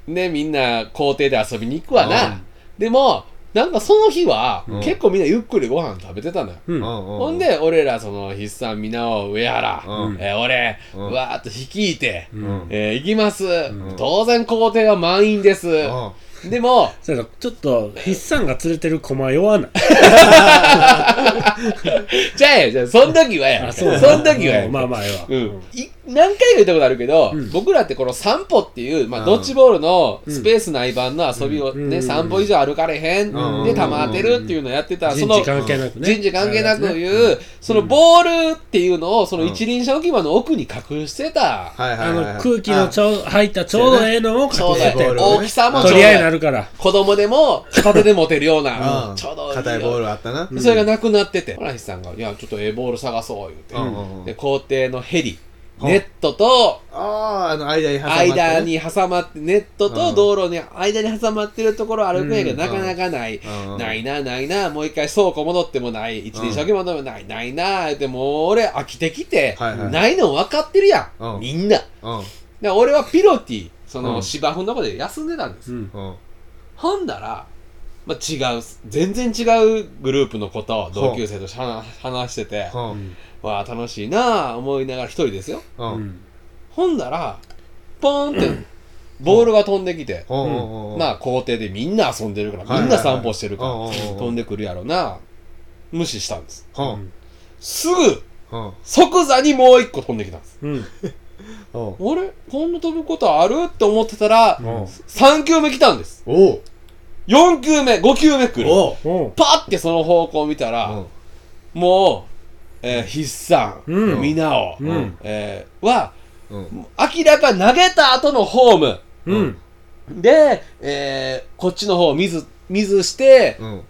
A: う、ん。
B: ね、みんな校庭で遊びに行くわな、
A: うん
B: でもなんかその日は、
A: うん
B: 結構みんなゆっくりご飯食べてたのよ、
C: う
A: うんう
B: ほん、で俺らその筆算みなお上原、
A: うん
B: えー俺、
A: うん
B: わーっと率いて、
A: うん。
B: えー行きます、
A: ん
B: 当然校庭は満員です、
A: うん
B: でも
C: そうやなちょっと筆算が連れてる駒弱ない
B: じゃあやじゃあそん時はや
C: あ
B: そ
C: そうん
B: 時はや
C: うんまあまあええわ
B: うん、い何回か言ったことあるけど、
C: ん
B: 僕らってこの散歩っていう、ま
A: う
B: あ、
A: ん
B: ドッジボールのスペース内番の遊びを
C: うん
B: ね、
C: うん
B: 散歩以上歩かれへん、
A: うん
B: で球当てるっていうのをやってた、そ
C: 人
B: の
C: 事関係なくね
B: 人事関係なく
C: ね
B: いう、そのボールっていうのをその
A: うん
B: 一輪車置き場の奥に隠してた、
A: はいはい
C: あ
A: は
C: の
A: いはい。
C: 空気のちょう入ったちょうどええのを
B: ちょ
C: 隠
B: うど
A: そうだ
C: してて
A: よ
B: 大きさもちょうど
C: 取り合いになるから
B: 子供でも片手で持てるような、
A: うん
B: ちょうどいいよ
A: 硬いボールあったな。
B: それがなくなってて、村西さんが、いや、ちょっとええボール探そう、言うて、
A: うんうんうん
B: で、校庭のヘリ、
A: うん
B: ネットと、
A: ああ、あの間に挟まってね
B: 間。に挟まって、ネットと道路に間に挟まってるところ歩くんやけど、
A: うん
B: なかなかない。
A: うん
B: ないな、ないな、もう一回倉庫戻ってもない、一輪車置き戻ってもない、ないな、でもう俺飽きてきて、
A: はいはい
B: ないの分かってるや、
A: うんん
B: みんな。だか
A: うん。
B: ら俺はピロティ、その
A: うん
B: 芝生のとこで休んでたんです。
C: うん
A: うん。
B: ほんだら、まあ、違う、全然違うグループの子と同級生としゃ話してて、
A: うん。
B: わあ楽しいなあ思いながら一人ですよ。
A: う。
C: うんん
B: ほんだら、ポーンって、ボールが飛んできて、
A: うん。うん。
B: まあ校庭でみんな遊んでるか
A: はい
B: ら、
A: はい
B: みんな散歩してるから、
A: うんうんうん
B: 飛んでくるやろな。無視したんです。
A: あ、うん。
B: すぐ、
A: うん。
B: 即座にもう一個飛んできたんです。
C: うん
A: お
B: あれこんな飛ぶことあるって思ってたら、
A: うん
B: 3球目来たんです。
A: お
B: 4球目、5球目来る。
A: お
C: おう
B: パッてその方向を見たら、もう、えー、筆算、
C: うん
B: みなお、
C: うん
B: えーは、
A: うん。
B: 明らか投げた後のホーム。
C: うん
B: で、えー、こっちの方を見ず、見ずして、
A: うん。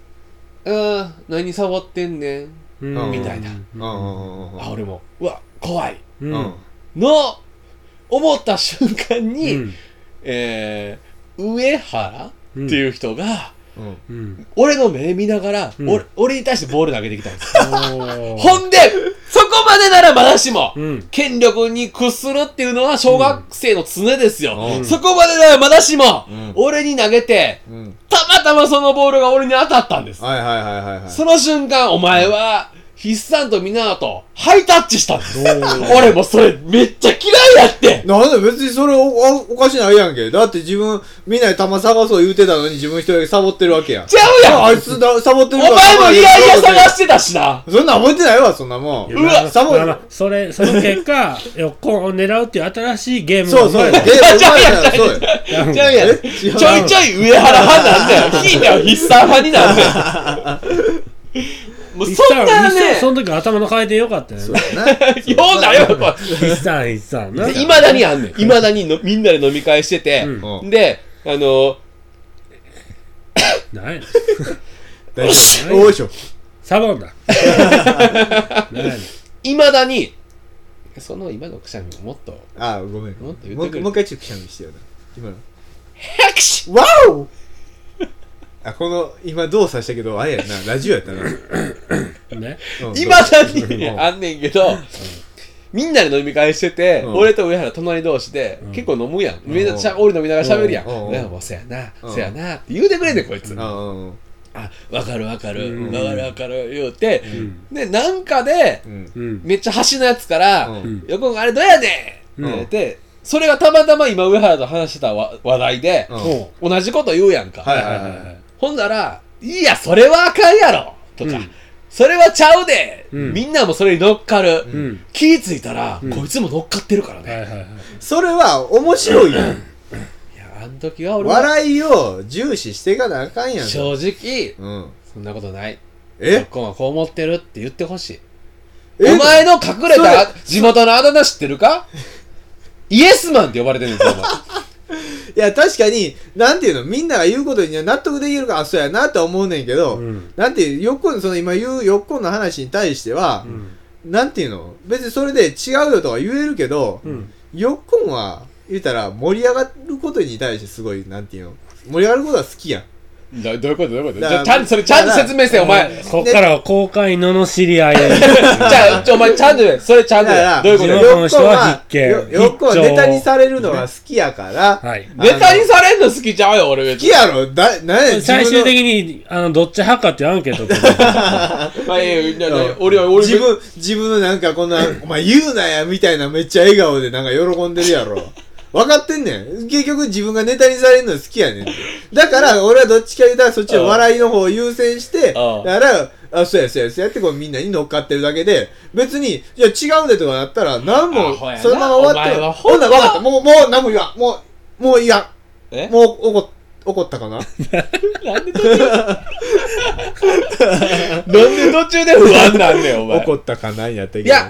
B: うん、何サボってんねん。
C: うん
A: みたい
B: な
A: うん。うん。
B: あ、俺も、うわ、怖い。
C: う
A: うんん。
B: の、思った瞬間
C: う
B: に、
C: ん
B: えー、上原って
C: うん
B: いう人が、
A: うん。
C: うん
B: 俺の目見ながら、
C: うん
B: 俺、俺に対してボール投げてきたんです。
C: おう
B: ほんで、そこまでならまだしも、
C: うん
B: 権力に屈するっていうのは小学生の常ですよ。
A: うん
B: そこまでならまだしも、
A: ん
B: 俺に投げて、
A: うん。
B: たまたまそのボールが俺に当たったんです。
A: はいはいはいはいはい。
B: その瞬間、お前は、筆算とみんなだとハイタッチしたんです。俺もそれめっちゃ嫌いやって。
A: なんだ別にそれおおおかしないやんけ。だって自分、みんなに玉探そう言うてたのに自分一人だけサボってるわけやん。
B: ちゃうやん
A: あいつだサボって
B: お
A: る
B: 前
A: から
B: もいやいや探してたしな。
A: そんなん覚えてないわ、そんなもん。
B: うわ
A: サボ
C: まあまあそれ、その結果、 横を狙うっていう新しいゲームが
A: そう
C: 生ま
A: そう。
C: れ
A: ゲ
C: た
A: ーム生まれたら
B: ち
A: そうよ。
B: ちゃうやん。
A: え
B: ち
A: 違う
B: ょいちょい上原派な んだよ。ひいては筆算派になんだよ。もう
C: 一
B: そん
C: 旦、
B: な
C: 一
B: ね
C: 旦、その時頭の回転良かったよね。
B: ようだよ、これ。
C: 一旦、一旦な。
B: いまだにあんねん。いまだにのみんなで飲み会してて、
A: うん
B: で、あの、
C: 何やねん
A: 大丈夫おいしょ。
C: サボンだ。何やねん
B: いまだに、その今のくしゃみをもっと、
A: あ、ごめん。
B: もっと言ってくれ
A: もう一回もう一回ちょっとくしゃみしてよな。今の。
B: 拍手
A: わおあ、この、今動作したけど、あれやんな、ラジオやったな。
C: ね、
B: いまだにあんねんけど、みんなで飲み会してて、
A: うん
B: 俺と上原隣同士で、結構飲むやん。みんなしゃ俺飲みながら喋るやん。
A: うん
B: でもうせやな、
A: うん
B: せやなって言うてくれんねん、こいつ。
A: あうん
B: あ、わかるわか
C: う
B: る、
C: ん
B: わかるわかる言うて、
C: ん
B: で、なんかで、
A: うん。
C: うん。
B: めっちゃ端のやつから、
A: うん
B: 横があれどうやねんって言って、それがたまたま今上原と話してたわ話題で、
A: うん
C: おう
B: 同じこと言うやんか、
A: はいはい
C: はい
A: は
C: はいい。
B: ほんなら「いやそれはあかんやろ」とか、
C: うん
B: それはちゃうで」
C: うん
B: みんなもそれに乗っかる、
C: うん。
B: 気ぃついたら、
C: ん
B: こいつも乗っかってるからね、
C: はいはいはい。
A: それは面白いやん。
B: いやあの時は俺は
A: 笑いを重視していかなあかんやん。
B: 正直
A: うん。
B: そんなことないよっ
A: え
B: こんはこう思ってるって言ってほしい
A: え
B: お前の隠れ
A: それ
B: た地元のあだ名知ってるかイエスマンって呼ばれてるんですよお前
A: いや、確かに、なんていうの、みんなが言うことには納得できるから、あ、そうやなとは思うねんけど、
C: うん
A: なんていう、よっこん、その今言うよっこんの話に対しては、なんていうの、別にそれで違うよとか言えるけど、
C: うん。
A: よっこんは、言ったら盛り上がることに対してすごい、なんていうの、盛り上がることは好きやん。
B: どどういうことどういうこと
A: だ
B: ちょちゃんとそれちゃんと説明してお前
C: こっからは公開のの知り合いや。
B: じゃあちょお前ちゃんと言えそれちゃんと言
A: だ
B: えどういうこ
A: よ
B: と
A: っ
C: よ
A: こん
C: 自分の人は
A: は
C: 必見
A: よよっこんは
C: 必聴
A: ネタにされるのが好きやから、
C: はい。
B: ネタにされんの好きちゃうよ俺
A: 好
B: 別
A: き
B: に
A: やろだ、なんや
C: 最終
A: 自分の
C: 的に、あの、どっち派かっていうアンケート を取る
B: まあいいよいやいや俺は俺
A: 自分、自分のなんか こんな、お前言うなや、みたいなめっちゃ笑顔でなんか喜んでるや ろ。分かってんねん。結局自分がネタにされるの好きやねん。だから、俺はどっちか言うたらそっちの笑いの方を優先して、だ
B: ああ
A: から、あ、そうやそうやそうやってこうみんなに乗っかってるだけで、別に、いや違うでとかなったら、何
B: ア
A: も
B: ホや、な
A: そのまま終わっ
B: お前
A: て、
B: はほん
A: ほん
B: ま
A: なら分かった。もう、もう何も言わん。もう、もういや
B: え
A: もう怒っ怒ったかな
B: なんで 途中なんで途中で不安なんねん お前
A: 怒ったかなにやったけど。
B: い や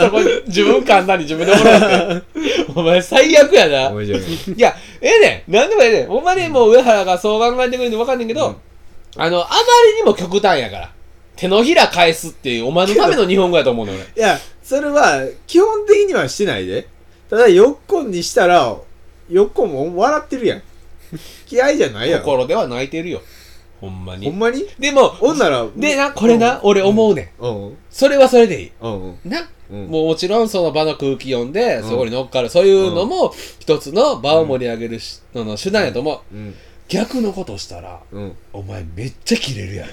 B: そこ自分簡単に自分で怒られてお前最悪やな
A: 面白い。
B: いや、ええねん。なんでもええねん。ほんまにもう上原がそう考えてくれるの分かんねんけど、あの、あまりにも極端やから。手のひら返すっていう、お前のための日本語やと思うの俺。
A: いや、それは、基本的にはしてないで。ただ、よっこんにしたら、よっこんも笑ってるやん。嫌いじゃないやん。ほ
B: 心では泣いてるよ。ほんまに。
A: んまに
B: でも、
A: ほんなら、
B: でな、これな、俺思うねん。
A: うん。うん。
B: それはそれでいい。
A: うん。
B: な。
A: うん。
B: もうもちろんその場の空気読んで、
A: うん
B: そこに乗っかる。そういうのも、一つの場を盛り上げるし、あの手段やと思う。
A: うん。
B: 逆のことしたら、
A: うん。い
B: お前めっちゃキレるやろ。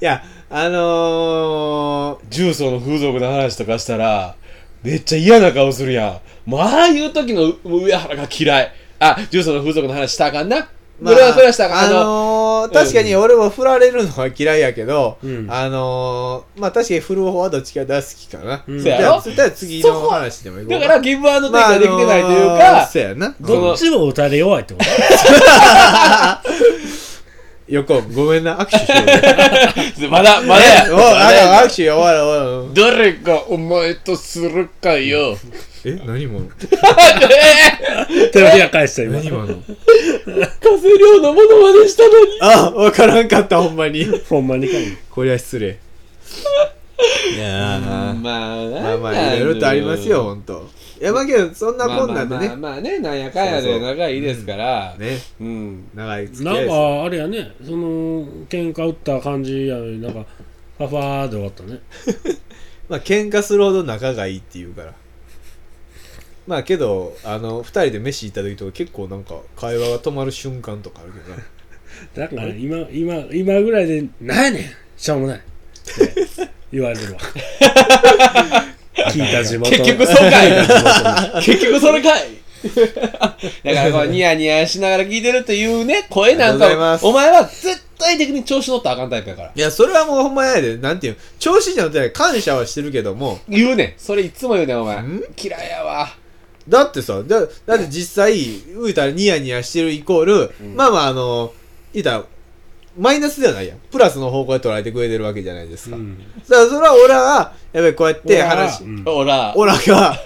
A: や、あのー、
B: 重曹の風俗の話とかしたら、めっちゃ嫌な顔するやん。まあ、ああいう時のう上原が嫌い。あ、重曹の風俗の話したらあかんな。
A: まあ
B: 俺はそれはしたらあかん。
A: あ
B: あの、
A: のー、
B: ん
A: 確かに俺も振られるのは嫌いやけど、
C: ん
A: あのー、まあ確かに振る方はどっちか出す気かな。
C: うん
A: じ
B: そうや
A: ゃあ、
B: ろ
A: そしたら次の話でもいこう
B: だ
A: か。
B: から、ギブアンドテイクができてないというか、
A: まああのーそうやな。
B: ど
C: どっちも打たれ弱いってこと
A: よっこん、ごめんな、握手しようぜ。
B: まだ、まだ
A: え
B: や。
A: お
B: まだや
A: あ握手よ、終わる終わる。
B: 誰がお前とするかよ。
A: え、何今の
C: 手のひら返した 今。
A: 今の
B: 風量のものまでしたのに。
A: あ、わからんかった、ほんまに。
C: ほんまにかい。
A: こりゃ失礼。いやー、
B: まあ、
A: まあまあ、いろいろとありますよ、。ほんと。いや、まあけど、そんな
B: まあ
A: こん
B: ま
A: な
B: あ
A: んで
B: まあ
A: ね。
B: まあね、なんやかんや
A: そうそ
B: で
A: う
B: 仲いいですから。
A: ね、
B: うん。
A: 長い付き
C: な
A: 合いで
C: ん
A: すよ。
C: か、あれやね、その、喧嘩打った感じやのになんか、ファファーで終わったね。
A: まあ、喧嘩するほど仲がいいって言うから。まあけど、あの、二人で飯行った時とか結構なんか会話が止まる瞬間とかあるけどな。
C: だから、今、今、今ぐらいで、なんやねんしょうもない。言われるわ 聞いた地元
B: 結局そうかい 結局それかいだからこうニヤニヤしながら聞いてるというね声なん
A: ありが
B: か
A: と
B: お前は絶対的に調子乗ったらあかんタイプやから
A: いや、それはもうほんまやで。なんていうの調子じゃなくて感謝はしてるけども、
B: 言うねんそれいつも言うねんお前
A: ん
B: 嫌いやわ
A: だってさ、だだって実際、言うたらニヤニヤしてるイコール、まあまあ、あの、言うたら、マイナスではないやん。プラスの方向で捉えてくれてるわけじゃないですか。だからそれは俺は、やっぱりこうやって話、
B: ほら
A: オラ が、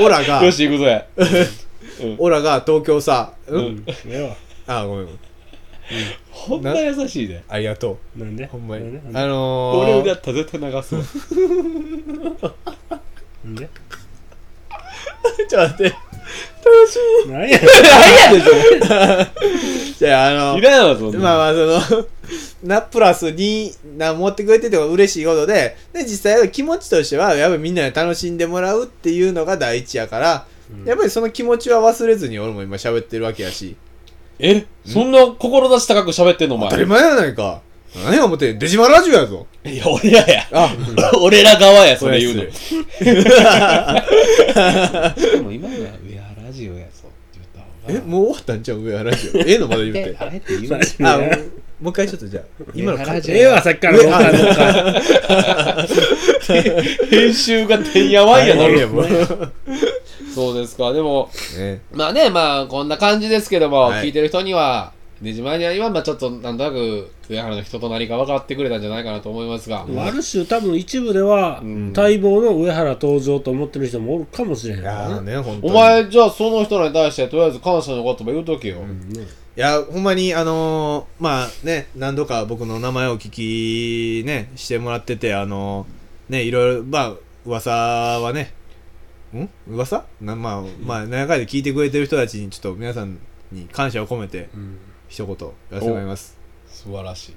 A: オラが
B: よ、し行くぞや
A: オラが東京さ、うん、
C: ええわ
A: あ、ごめんごめん。
B: ほんま優しいね
A: ありがと
C: なんで
A: う。ほんま
C: な
A: に
C: で。
A: あのー、
B: 俺だったら絶対流すわ
C: なんで
A: ちょっと 待って。
C: な
B: 何
C: んや
B: やでし
A: じゃあ、あ
B: ょ
A: の
B: い、らんわそんな
A: まあまあその なプラスにな持ってくれてても嬉しいことでで実際は気持ちとしてはやっぱりみんなに楽しんでもらうっていうのが第一やから、やっぱりその気持ちは忘れずに俺も今喋ってるわけやし
B: えそんな志高く喋ってんのお
A: 当たり
B: 前
A: 前やないか何を思ってんデジマラジオやぞ
B: いや俺らや
A: あ
B: 俺ら側やそれ言うの
A: これ
B: でも今のは上原ラジオやぞって言った方
A: えもう終わったんちゃう上原ラジオええのまだ言うて
B: があれって言うの
A: あもうもう一回ちょっとじゃあ今の
B: 上
A: カッ
B: 原ラ
A: ト
B: ジオ
C: ええわさっきから
A: 上
C: どっかどっか
B: 編集がてんやわんやな
A: 大変
B: る
A: やもう
B: そうですかでも
A: ね
B: まあねまあこんな感じですけども、
A: はい
B: 聞いてる人にはねじまには今、まあ、ちょっとなんとなく上原の人となりが分かってくれたんじゃないかなと思いますが、
C: ある種多分一部では
B: ん
C: 待望の上原登場と思ってる人もおるかもしれへん
A: い
C: から
A: やーね本当
B: お
A: に
B: 前じゃあその人らに対してとりあえず感謝の言葉言うとけよ、
A: いや、ほんまに、あのーまあね、何度か僕の名前をお聞き、ね、してもらってて、あのーね、いろいろ、まあ、噂はね、ん噂なまあ、まあ、長いで聞いてくれてる人たちに、ちょっと皆さんに感謝を込めて、一言、言わせてもらいます。
B: 素晴らしい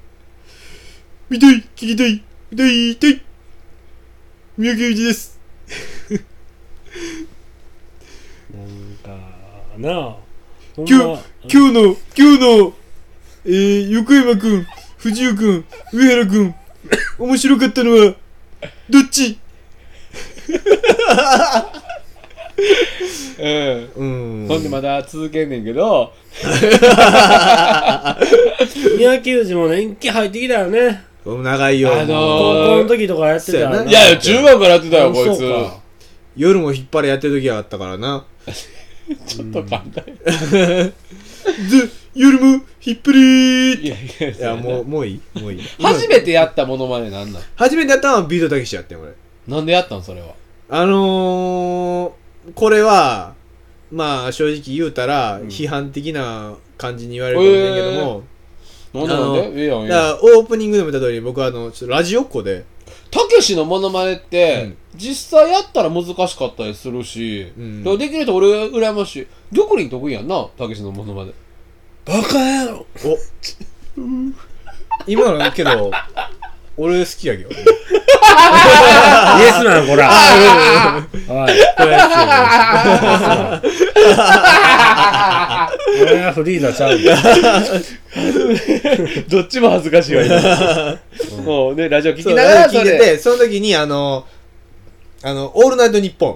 D: 見たい聞きたい見たい痛い三宅裕二です
C: なんかなあほん
D: 今
C: ま
D: 日今日の今日のえー、横山くん藤尾くん上原くん面白かったのはどっち
B: うん
A: うーん。
B: ほんでまだ続けんねんけど、
C: 三宅裕司も年季入ってきたよね
A: 僕も長いよ。
B: あのー
C: 高校の時とかやってた
A: そ
C: よ
A: うや
B: い
A: な
B: やいや中学からやってたよ
C: あ
B: こいつ
C: そうか
A: 夜も引っ張りやってる時があったからな。
B: ちょっと簡単
D: で夜もひっぷり
B: いやいや
A: いや、もう、もういいもういい。
B: 初めてやったモノマネなんなん
A: 初めてやったのはビートたけしやってん、俺。
B: なんでやったんそれは
A: あのー、これは、まあ正直言うたら、批判的な感じに言われるかもしれんけども、
B: なんでなん
A: あの
B: でええやんええ
A: だか
B: やん
A: らオープニングでも言った通り、僕はあの、ちょっとラジオっ子で、
B: たけしのモノマネって、実際やったら難しかったりするし、
A: うん
B: だからできると俺羨ましい玉林得意やんなたけしのモノマネ
C: バカ野郎
A: お今のだけ ど、俺好きやけどね。
C: イエスなのこらおい
A: これや
C: 俺はフリーダちゃうんだ
B: どっちも恥ずかしいわ今も うねラジオ聞
A: つよ
B: きながら
A: そう
B: そ
A: 聞いて
B: れ
A: て、その時にあの、あの、オールナイトニッポン、
B: う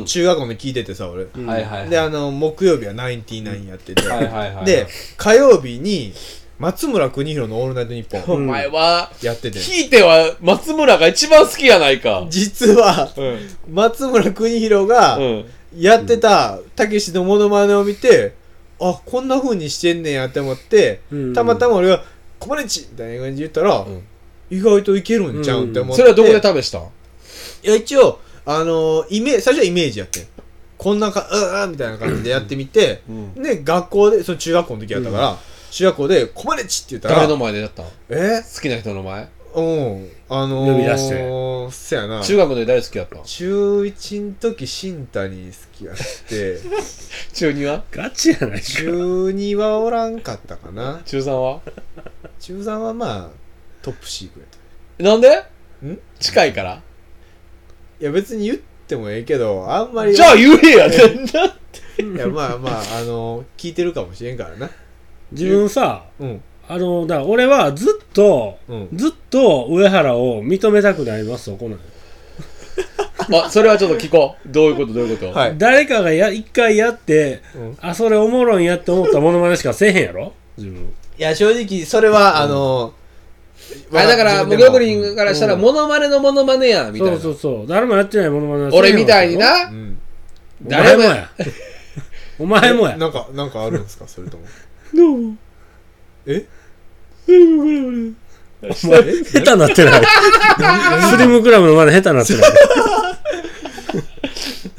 B: ん
A: 中学校の時聞いててさ、俺。
B: はいはい
A: で、
B: は
A: あの、木曜日はナインティナインやってて、
B: いはいはい
A: で、火曜日に、松村邦弘のオールナイトニッポ
B: お
A: ン
B: 前は
A: やってて。
B: ひいては松村が一番好きやないか
A: 実は、
B: うん
A: 松村邦洋が
B: うん
A: やってたたけしのモノマネを見て、あこんな風にしてんねんやって思って、
C: うん
A: たまたま俺が「コマネチ!」みたいな感じで言ったら、
B: ん
A: 意外といけるんちゃうんって思って、
B: それはどこで試したん
A: いや一応、あのーイメージ最初はイメージやってんこんなかうーんみたいな感じでやってみて、
B: うん
A: で学校でその中学校の時やったから、中学校で「コマネチ!」って言った
B: 誰の
A: ら
B: 前でやったん好
A: 「え
B: きな人の前
A: うんあのー、
C: 呼び出して
A: そやな
B: 中学で誰好きやったん
A: 中1の時新谷好きや って
B: 中2は
C: ガチやないか
A: 中2はおらんかったかな
B: 中3は
A: 中3はまあトップシークレット
B: なんで
A: ん
B: 近いから
A: いや別に言ってもええけどあんまり
B: じゃあ言えや全然
A: いやまあまああの聞いてるかもしれんからな
C: 自分さ
A: うん
C: あのだから俺はずっと、
A: うん
C: ずっと上原を認めたくなりますそこなんよ
B: あ、それはちょっと聞こう。どういうことどういうこと
A: はい
C: 誰かがや一回やって、
A: うん
C: あそれおもろいんやって思ったものまねしかせえへんやろ自分
A: いや、正直、それは、あの
B: あだか
A: 自
B: ら、モ
A: 分でも
B: ググリンからしたら、
C: うん
B: モノマネのモノマネやん、みたい
C: そ
B: な。
C: うそうそう誰もやってないものまね
B: 俺みたいに
A: う
B: な、
A: ん。
B: 誰
C: 誰
B: も
C: も
B: や
C: やお前もや
A: なんか、なんかあるんですか、それとも。
C: どうも
A: え
C: お前下手なってないスリムクラブのまだ下手なってないうわス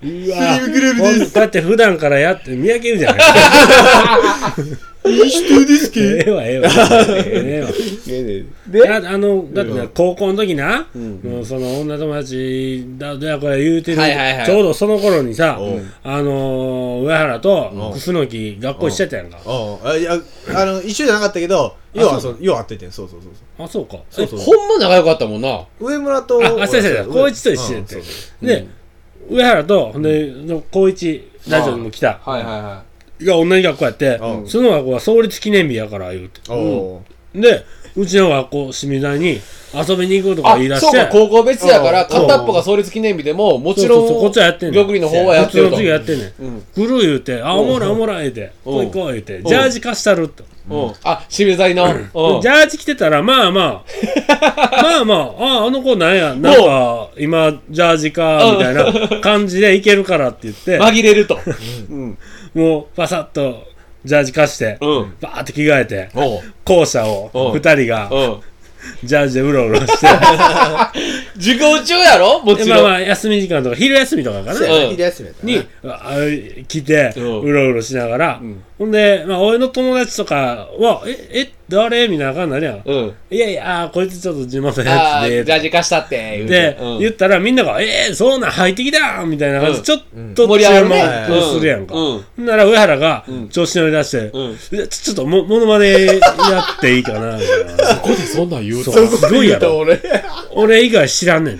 C: リムクラブですこうやって普段からやって見分けるじゃない いい人ですけええわええわええわ
B: で、
C: だあのだってな高校の時な、
B: うん
C: もうその女友達だどやこや言うてる、
B: はいはいはい
C: ちょうどその頃にさ、
A: おう
C: あのー上原と
A: うん
C: 楠木学校しちゃったやんか、
A: ああ、いや、あの、一緒じゃなかったけど、要は、そう、要は合っててん、そうそうそう
C: あそうか
A: そう。そうそう。
B: ほんま仲良かったもんな。
A: 上村と。
C: ああ先生だ
A: 上
C: 高一と一緒やって
A: うんそうそう
C: で、上原とほんで高一ラジオにも来た
B: はいはいは
C: が同じ学校やって
A: うん
C: その学校は創立記念日やから言うて
A: おう
C: でうちの学校清水台に遊びに行こうとか言い出
B: あ、
C: し
B: そう
C: て
B: か、高校別やから、
A: うんうん
B: 片っぽが創立記念日でも、もちろ
C: そうそうそうこっ
B: ん、
C: ちはやってんねん
B: 玉林の方はやってる
C: うちの
B: と。
C: 次やってんねん
B: うん。
C: 来る言うて、あ、
B: うん
C: おもろいおもろい言うて、
B: うん
C: 来い来い言うて、ジャージ貸したるって。
B: うん。あ、渋谷の。うん。
C: ジャージ着てたら、ま あまあ、まあまあ、あ、あの子なんや、なんか、今、ジャージか、みたいな感じでいけるからって言って、
B: 紛れると。うん。
C: もう、パサッと、ジャージ貸して、
B: うん。
C: バーって着替えて、
B: おう
C: 校舎を
B: うん、
C: 二人が、
B: うん。
C: ジャージでうろうろ して、
B: 授業中やろも
C: で
B: ち
C: まあ
B: ろ
C: ま
B: ん。
C: あ、休み時間とか、昼休みとかかな
A: そう。や
B: うん
A: な昼休みやったな
C: に、あ来て、
B: うん
C: うろうろしながら
B: うん、
C: ほんで、まあ、俺の友達とかは、え、え、誰みたいな感じになるやん。
B: うん。
C: いやいや、あーこいつちょっと地元の
B: あ
C: や
B: あ、
C: つ
B: ジ
C: で
B: ャージ貸したって。
C: で、
B: うん
C: 言ったらみんなが「えー、そうなん入ってきた!」みたいな感じ、
B: うん
C: ちょっと
B: 盛り上がるね
C: 注目するやんか、
B: うんうん
C: ほんなら上原が
B: ん
C: 調子乗り出して、
B: うん
C: いやちょっともものまねやっていいかなみたいな
B: ここでそんなん言う
C: そうすごいやろ
B: 俺。
C: 俺以外知らんねん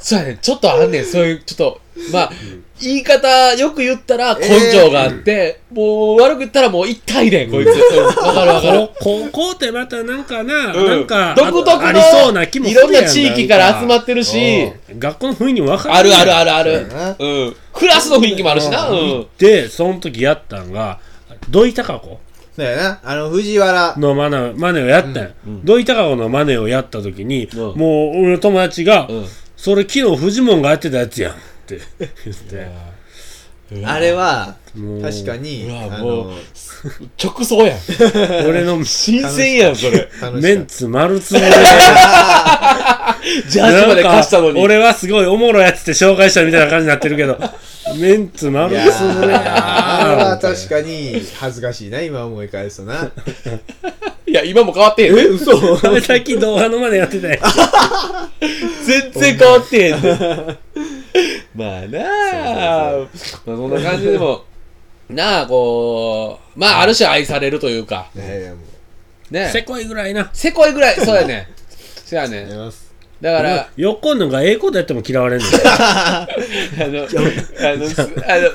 B: そうやねんちょっとあんねん、そういう、ちょっと、まあ、言い方、よく言ったら根性があって、もう悪く言ったらもう一体で、こいつ。うんわかるわかる。
C: こ高校ってまたなんか
B: う
C: な、
B: ん
C: なんか
B: 独特
C: あありそうな気
B: の、
C: も
B: い
C: する
B: ろ
C: やん
B: んな地域から集まってる
C: な
B: し
C: ん、かうん学校の雰囲気も分かる
B: あるある
C: あ
B: あるある
A: そうやな。
B: うん。クラスの雰囲気もあるしな、うん。
C: でその時やったんが土井孝子
A: そうやな。あの、藤原。
C: のマネマネをやったんや、土井孝子のマネをやった時に、
B: うん
C: もう俺の友達が、
B: うん
C: それ昨日フジモンがやってたやつやんって 言って
A: あれは、
C: もう
A: 確かに、
B: うわ
A: あ
B: もう
A: の、
B: 直送やん。
C: 俺の
B: 新鮮やん、 それ。
A: 楽
C: メ
A: し
C: ン
A: か
C: ツ丸つぶれ
B: ジャージまで貸したのに。
C: 俺はすごいおもろいやつって紹介したみたいな感じになって るけどメンツ丸
A: いや
C: つぶれや
A: あれは確
C: に
A: かに恥ずかしいな、今思い返すとな。
B: いや、今も変わってへん。
A: 嘘
C: それさっき動画のマネやってたやん
B: 全然変わってへんねん まあなあまあそんな感じでもなあこうまあある種愛されるというか
A: いやいや、もう。
B: ね
C: せこいぐらいな
B: せこいぐらいそうや ねそうやね
A: やります。
B: だから
C: 横のがええことやっても嫌われんのよ
B: あのあのすあ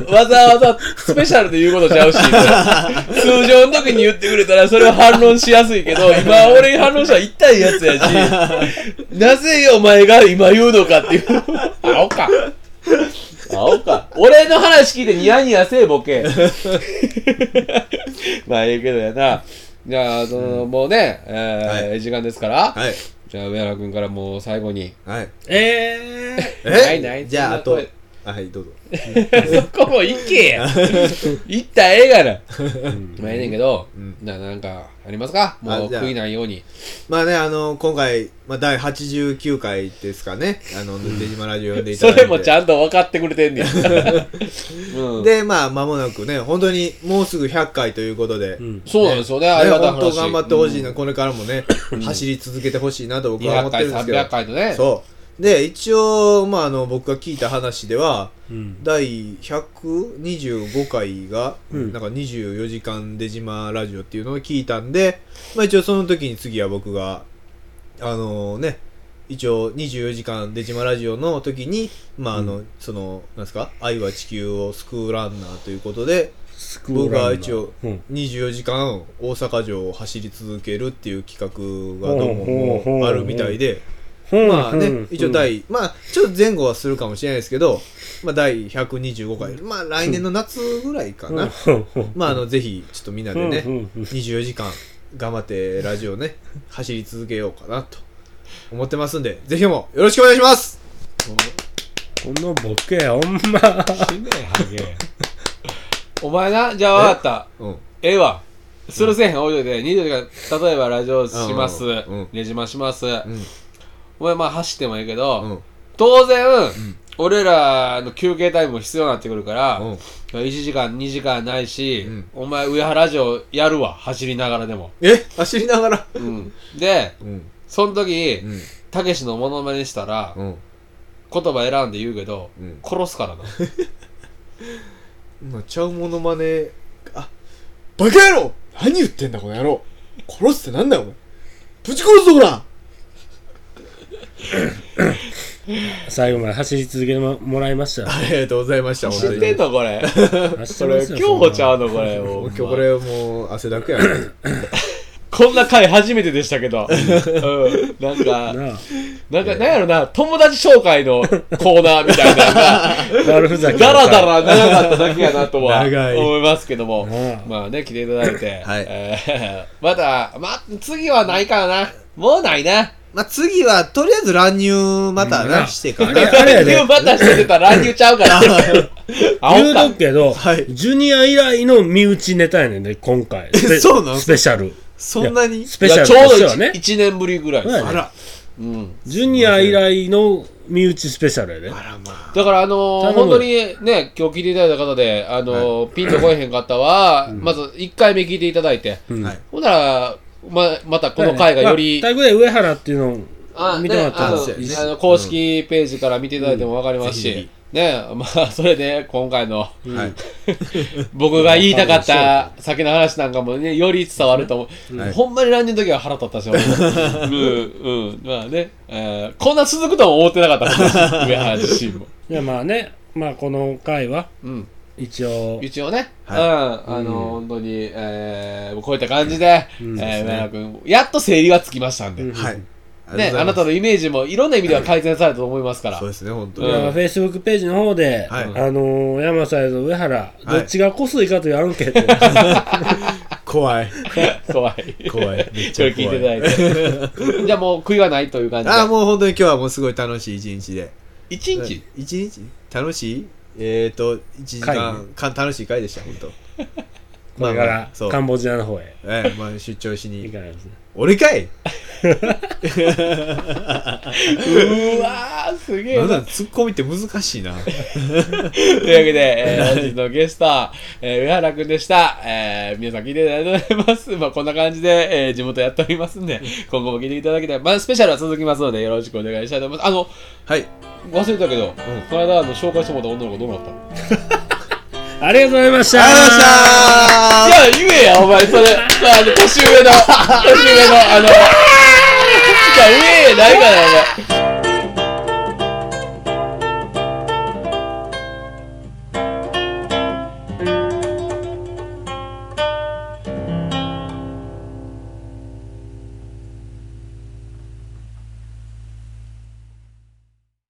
B: のわざわざスペシャルで言うことちゃうし 通常の時に言ってくれたらそれは反論しやすいけど今俺に反論したら痛いやつやしなぜお前が今言うのかっていう青か青か俺の話聞いてニヤニヤせえ ボケまあええけどやなじゃあその、もうね、えー
A: は
B: 時間ですから、
A: はい。
B: じゃあ上原君からもう最後に
A: はい。
C: ええ
A: え
B: ないない
A: じゃあ、あ
B: そん
A: と
B: な声、
A: あはい、どうぞ。
B: そこも行け や行ったらええがな。まあええねんけど、
A: うん
B: ななんかありますかも
A: あ
B: う
A: じゃあ
B: 悔いないように。
A: まあね、あの、今回、まあ、第89回ですかね。あの、ぬてじまラジオ呼んでいただ
B: そ
A: いて。
B: れもちゃんと分かってく れてんねん。うん
A: で、まあ、間もなくね、本当にもうすぐ100回ということで、
C: ん
B: そうなんですよね。あり
A: ね、
B: がたい
A: 本当
B: 話。
A: 頑張ってほしい
B: うん
A: な、これからもね、走り続けてほしいなと僕は思
B: 200
A: ってるん
B: 回、
A: ですけど。
B: 300回とね。
A: そう。で、一応、まあ、あの、僕が聞いた話では、
C: うん
A: 第125回が、
C: うん
A: なんか24時間出島ラジオっていうのを聞いたんで、まあ一応その時に次は僕が、あのね、一応24時間デジマラジオの時に、まあ、あの、その、なんですか、愛は地球を救うランナーということで、僕は一応
B: うん
A: 24時間大阪城を走り続けるっていう企画がどう
B: ほうほうほ
A: も
B: う
A: あるみたいで、
B: うん
A: まあね、
B: うん
A: 一応第、まあ、ちょっと前後はするかもしれないですけど、まあ、第125回、まあ、来年の夏ぐらいかな。まあ、あの、ぜひ、ちょっとみんなでね、
B: うんうんうん
A: 24時間、頑張ってラジオね、走り続けようかなと思ってますんで、ぜひともよろしくお願いします
C: このボケほんま
B: 死ねえハゲお前なじゃあ分かった
A: うん。
B: ええわするせえへん置いといて24時間例えばラジオします
A: うん
B: レジマします
A: ん
B: お前まあ走ってもいいけ
A: う
B: ど
A: ん。
B: 当然俺らの休憩タイムも必要になってくるから
A: うん。
B: 1時間2時間ないし
A: うん
B: お前上原城やるわ走りながらでも
A: え走りながら。
B: うんで
A: うん。
B: その時
A: うん。
B: たけしのモノマネしたら
A: うん。
B: 言葉選んで言うけど
A: うん。
B: 殺すからな
A: まあ、ちゃうものまね、あ、バカ野郎何言ってんだこの野郎殺すってなんだよ、お前。ぶち殺すぞ、ほら
C: 最後まで走り続けてもらいました
A: ありがとうございました、
B: 知ってんのこれ
C: 走
B: こ
C: ってま
B: れ
C: すよ
B: 競歩ちゃう
C: の
B: のこれもう
A: 今日これもう汗だくやな。
B: こんな回初めてでしたけど、うん、なんか、
C: なあ
B: なんか、なんやろな、友達紹介のコーナーみたいなの が、
C: 悪ふざけ
B: だらだら長かっただけやなとは
A: 長い
B: 思いますけども、
C: なあ
B: まあね、来ていただいて、
A: はい
B: えー また、ま、次はないからな、もうないな。
A: まあ、次は、とりあえず乱入また
C: う
A: なんしてから
C: いやあれやで
B: でも またしててたら乱入ちゃうから。あお
C: 言
B: っ
C: う
B: た
C: と。くけど、
A: はい
C: ジュニア以来の身内ネタやねんで、今回。スペ
A: そうなん
C: スペシャル。
A: そんなに
C: ス
B: い
C: ペシャ
B: や
C: ル
B: ち
C: と
B: ょう
C: して
B: ど
C: はね
B: 1,。年ぶりぐらいです
C: そうや
A: あ
C: ね
A: ら、
B: うん
C: ジュニア以来の身内スペシャルやで。
A: あらま
B: だからあのー
C: 頼む
B: 本当にね、今日聞いていただいた方で、あのーピンとこえへん方は、まず1回目聞いていただいて、
A: あ。はい。
B: ほんなら、ま、またこの回がより、
C: 大概上原っていうのを
B: あ
C: 見てもら
B: ね
C: っ、た
B: あ
C: ら
B: の
C: いいし
B: あの公式ページから見ていただいても分かります
A: うんぜ
B: し、ね、まあ、それで今回の
A: はい。
B: 僕が言いたかった先の話なんかもね、より伝わると思う。
A: はい
B: ほんまに乱入の時は腹立ったし、俺うん、うん、まあね、えーこんな続くとは思ってなかった、上原自身も。
C: いやまあね、まあこの回は
B: うん
C: 一応、
B: 一応ね、
A: はい
B: うん、あの、本当に、えー、こういった感じで、
C: う
B: え
C: ん
A: そうです
B: ー、
A: ね
B: 上原君、やっと整理はつきましたんで、
C: うん
A: はい。
B: ね、あなた
A: の。
B: のイメージもいろんな意味では改善されたと思いますから
A: そう、ですね、本当
C: フ
A: に。
B: うん
C: ェイスブックページの方で、
A: はい
C: あのー山さんと上原、
A: い
C: どっちがこすいかというアンケートを
A: 怖い。
B: 怖い。
A: 怖い。めっ
B: そ
A: ち
B: れ
A: ゃ
B: 聞い
A: 怖
B: ていただ
A: い。
B: いて。じゃあもう悔いはないという感じで。
A: ああ、もう本当に今日はもうすごい楽しい一日で。
B: 一日
A: 一日楽しいえーと、1時間、か楽しい回でした、本当。
C: これか
A: まあま
C: ら
A: あそう
C: カンボジアの方へ
A: ええ、まあ出張し
C: 行
A: に。
C: かないですね。
A: 俺かいう
B: わー、すげえ
A: なん
B: な。
A: だ、ツッコミって難しいな。
B: というわけで、えー本日のゲストは、えー上原くんでした。えー皆さん聞いていただいてありがとうございます。まあ、こんな感じで、えー地元やっておりますんで、今後も聞いていただけたら、まあ、スペシャルは続きますので、よろしくお願いしたいと思います。あの、
A: はい。
B: 忘れたけど、
A: ん
B: この間あの紹介してもらった女の子どうなったの
C: ありがとうございました
A: ありがとうございました
B: いや言えやお前それあ の年上の年上のあのじゃあ上やないからお前